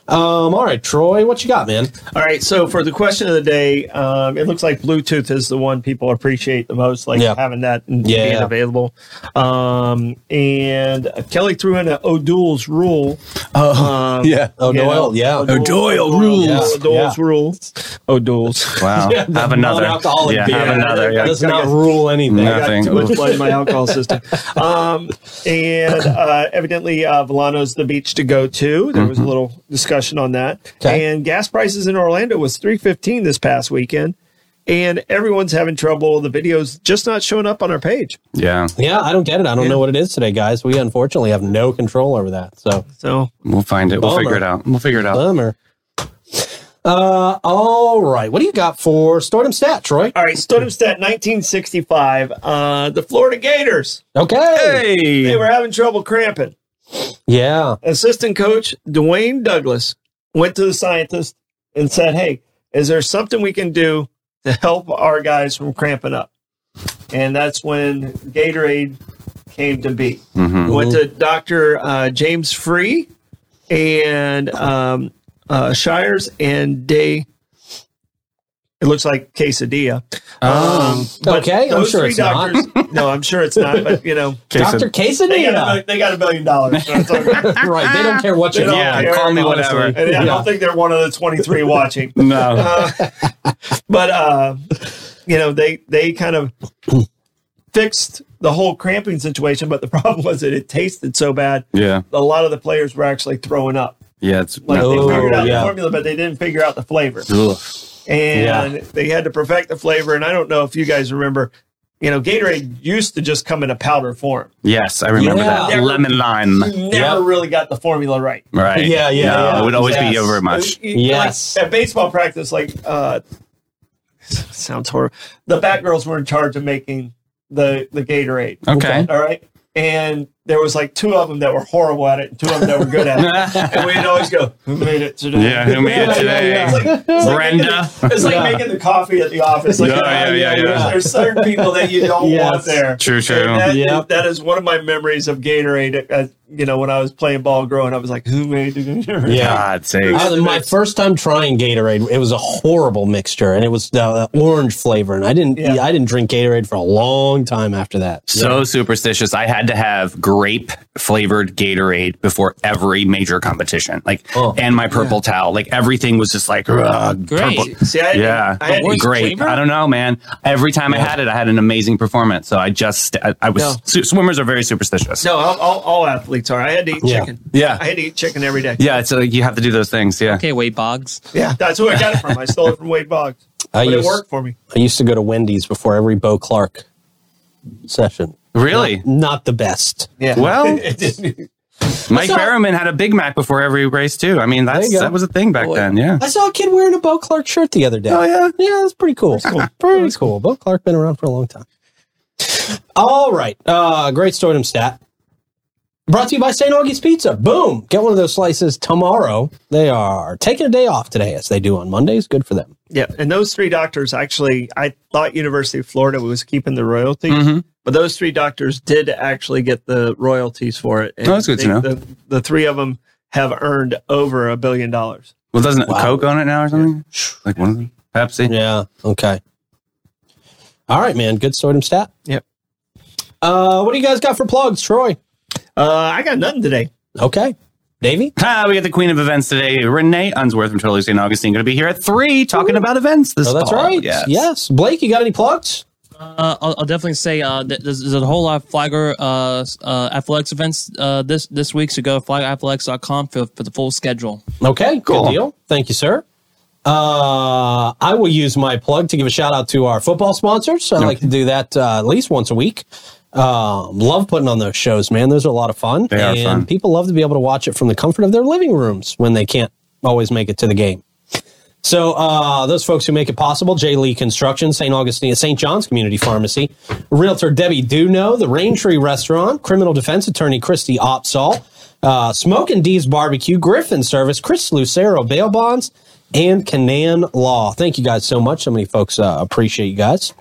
S1: Um, all right, Troy, what you got, man?
S5: All right. So for the question of the day, um, it looks like Bluetooth is the one people appreciate the most, like
S1: Yeah.
S5: having that and
S1: Yeah.
S5: being available. Um, and Kelly threw in an O'Doul's rule. Oh,
S3: yeah.
S1: O'Doyle, yeah.
S3: O'Doyle
S1: rules.
S5: O'Doyle's
S1: Yeah.
S5: rules. O'Doyle's.
S3: Wow. have another.
S1: Non-alcoholic
S3: yeah,
S1: beer.
S3: have another. Yeah.
S1: Does not rule anything.
S3: No.
S5: I
S3: Nothing.
S5: got too much
S3: Oof.
S5: blood in my alcohol system. Um, and uh, evidently, uh, Volano's the beach to go to. There was a little discussion on that.
S1: Okay.
S5: And gas prices in Orlando was three fifteen this past weekend, and everyone's having trouble. The videos just not showing up on our page.
S3: Yeah.
S1: Yeah, I don't get it. I don't know what it is today, guys. We unfortunately have no control over that. So
S5: So
S3: We'll find it. We'll
S1: Bummer.
S3: figure it out. We'll figure it out.
S1: bummer. Uh, all right. What do you got for Stardom Stat, Troy?
S5: all right, Stat, nineteen sixty five. Uh, the Florida Gators
S1: Okay.
S5: they
S3: Hey.
S5: were having trouble cramping.
S1: Yeah.
S5: assistant coach Dwayne Douglas went to the scientist and said, "Hey, is there something we can do to help our guys from cramping up?" And that's when Gatorade came to be.
S3: Mm-hmm.
S5: Went to
S1: Mm-hmm.
S5: Doctor uh, James Free and um, uh, Shires and Day. It looks like quesadilla. Um, but
S1: okay, I'm
S5: those
S1: sure
S5: three
S1: it's not.
S5: doctors- no, I'm sure it's not. But you know,
S1: Dr.
S5: they got a,
S1: Quesadilla.
S5: billion- they got a billion dollars. So it's okay.
S1: right. They don't care what you
S5: They don't
S1: want.
S5: care,
S3: call me
S1: honestly.
S3: whatever.
S5: And I
S1: Yeah.
S5: don't think they're one of the 23 watching.
S3: No.
S1: Uh,
S5: But uh, you know, they they kind of fixed the whole cramping situation, but the problem was that it tasted so bad.
S3: Yeah.
S5: A lot of the players were actually throwing up.
S3: Yeah. It's
S5: Like
S1: Oh,
S5: they figured out
S1: yeah.
S5: the formula, but they didn't figure out the flavor.
S3: Ugh.
S5: And
S1: Yeah.
S5: they had to perfect the flavor. And I don't know if you guys remember, you know, Gatorade used to just come in a powder form.
S3: Yes, I remember
S1: Yeah.
S3: that. Lemon lime.
S5: You never really got the formula right.
S3: Right.
S1: Yeah, yeah,
S3: No,
S1: yeah.
S3: It would always
S1: Yes.
S3: be over much.
S5: You-
S1: Yes.
S5: like, at baseball practice, like uh sounds horrible. The Batgirls were in charge of making the the Gatorade.
S3: Okay.
S5: All right. And there was like two of them that were horrible at it and two of them that were good at it. and we'd always go, Who made it today?
S3: Yeah, who made it today? Brenda.
S5: It's like
S1: Yeah.
S5: making the coffee at the office. Like,
S3: Yeah, yeah, yeah,
S5: there's,
S3: yeah.
S5: there's certain people that you don't
S1: Yes.
S5: want there.
S3: True, true.
S5: And that-
S1: Yep.
S5: that is one of my memories of Gatorade. Uh, you know, when I was playing ball growing up, I was like, who made the Gatorade?
S1: Yeah.
S3: God sakes.
S1: I- my first time trying Gatorade, it was a horrible mixture, and it was uh, orange flavor, and I didn't,
S5: Yeah.
S1: I didn't drink Gatorade for a long time after that.
S3: So superstitious. I had to have grape flavored Gatorade before every major competition. Like,
S1: Oh.
S3: and my purple towel. Like, everything was just like, ugh,
S4: Great.
S3: purple.
S5: See, I,
S3: Yeah,
S5: I had
S4: worst
S3: great.
S4: flavor?
S3: I don't know, man. Every time I had it, I had an amazing performance. So I just, I, I was.
S5: No.
S3: Su- swimmers are very superstitious.
S5: No, all, all, all athletes are. I had to eat
S1: Yeah.
S5: chicken.
S3: Yeah.
S5: I had to eat chicken every day.
S3: Yeah, it's like you have to do those things. Yeah.
S4: Okay, Wade Boggs.
S5: Yeah. That's who I got it from. I stole it from Wade Boggs.
S1: I
S5: But it
S1: used-
S5: worked for me.
S1: I used to go to Wendy's before every Bo Clark session.
S3: Really?
S1: Not the best.
S5: Yeah.
S3: Well,
S5: It
S3: Mike
S1: not-
S3: Barrowman had a Big Mac before every race too. I mean, that's
S1: There you go.
S3: that was a thing back then. Yeah.
S1: I saw a kid wearing a Bo Clark shirt the other day.
S3: Oh, yeah?
S1: yeah, that's pretty cool. Pretty cool. Bo Clark been around for a long time. All right, uh, great stardom stat. Brought to you by St. Augie's Pizza. Boom! Get one of those slices tomorrow. They are taking a day off today, as they do on Mondays. Good for them.
S2: Yeah, and those three doctors actually, I thought University of Florida was keeping the royalties,
S1: Mm-hmm.
S2: but those three doctors did actually get the royalties for it. And
S3: Oh, that's good to
S2: they-
S3: know.
S1: Uh-huh.
S2: The, the three of them have earned over a billion dollars.
S3: Well, doesn't it
S1: Wow.
S3: Coke on it now or something? Like one of them? Pepsi?
S1: Yeah. Okay. All right, man. Good sortem stat.
S2: Yep.
S1: Uh, what do you guys got for plugs, Troy?
S2: Uh, I got nothing today.
S1: Okay. Davey?
S3: Ah, we got the queen of events today, Renee Unsworth from Totally St. Augustine, going to be here at three talking about events this
S1: Oh, that's
S3: fall.
S1: right.
S3: Yes.
S1: Yes. Blake, you got any plugs?
S4: Uh, I'll, I'll definitely say uh, th- there's, there's a whole lot of Flagger uh, s- uh, athletics events uh, this this week. So go to flaggerathletics.com for, for the full schedule.
S1: Okay.
S3: Cool.
S1: Good deal. Thank you, sir. Uh, I will use my plug to give a shout out to our football sponsors. I like to do that uh, at least once a week. Um, love putting on those shows, man. Those are a lot of fun.
S3: They are
S1: and
S3: fun.
S1: people love to be able to watch it from the comfort of their living rooms when they can't always make it to the game. So uh, those folks who make it possible, J. Lee Construction, St. Augustine, St. John's Community Pharmacy, Realtor Debbie Duno, the Rain Tree Restaurant, Criminal Defense Attorney Christy Opsall, uh, Smoke and D's Barbecue, Griffin Service, Chris Lucero Bail Bonds, and Canan Law. Thank you guys so much. So many folks uh, appreciate you guys.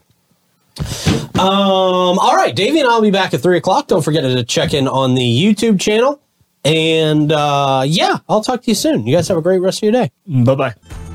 S1: Um, all right, Davey and I'll be back at three o'clock. Don't forget to check in on the YouTube channel. And uh, yeah, I'll talk to you soon. You guys have a great rest of your day.
S2: Bye bye.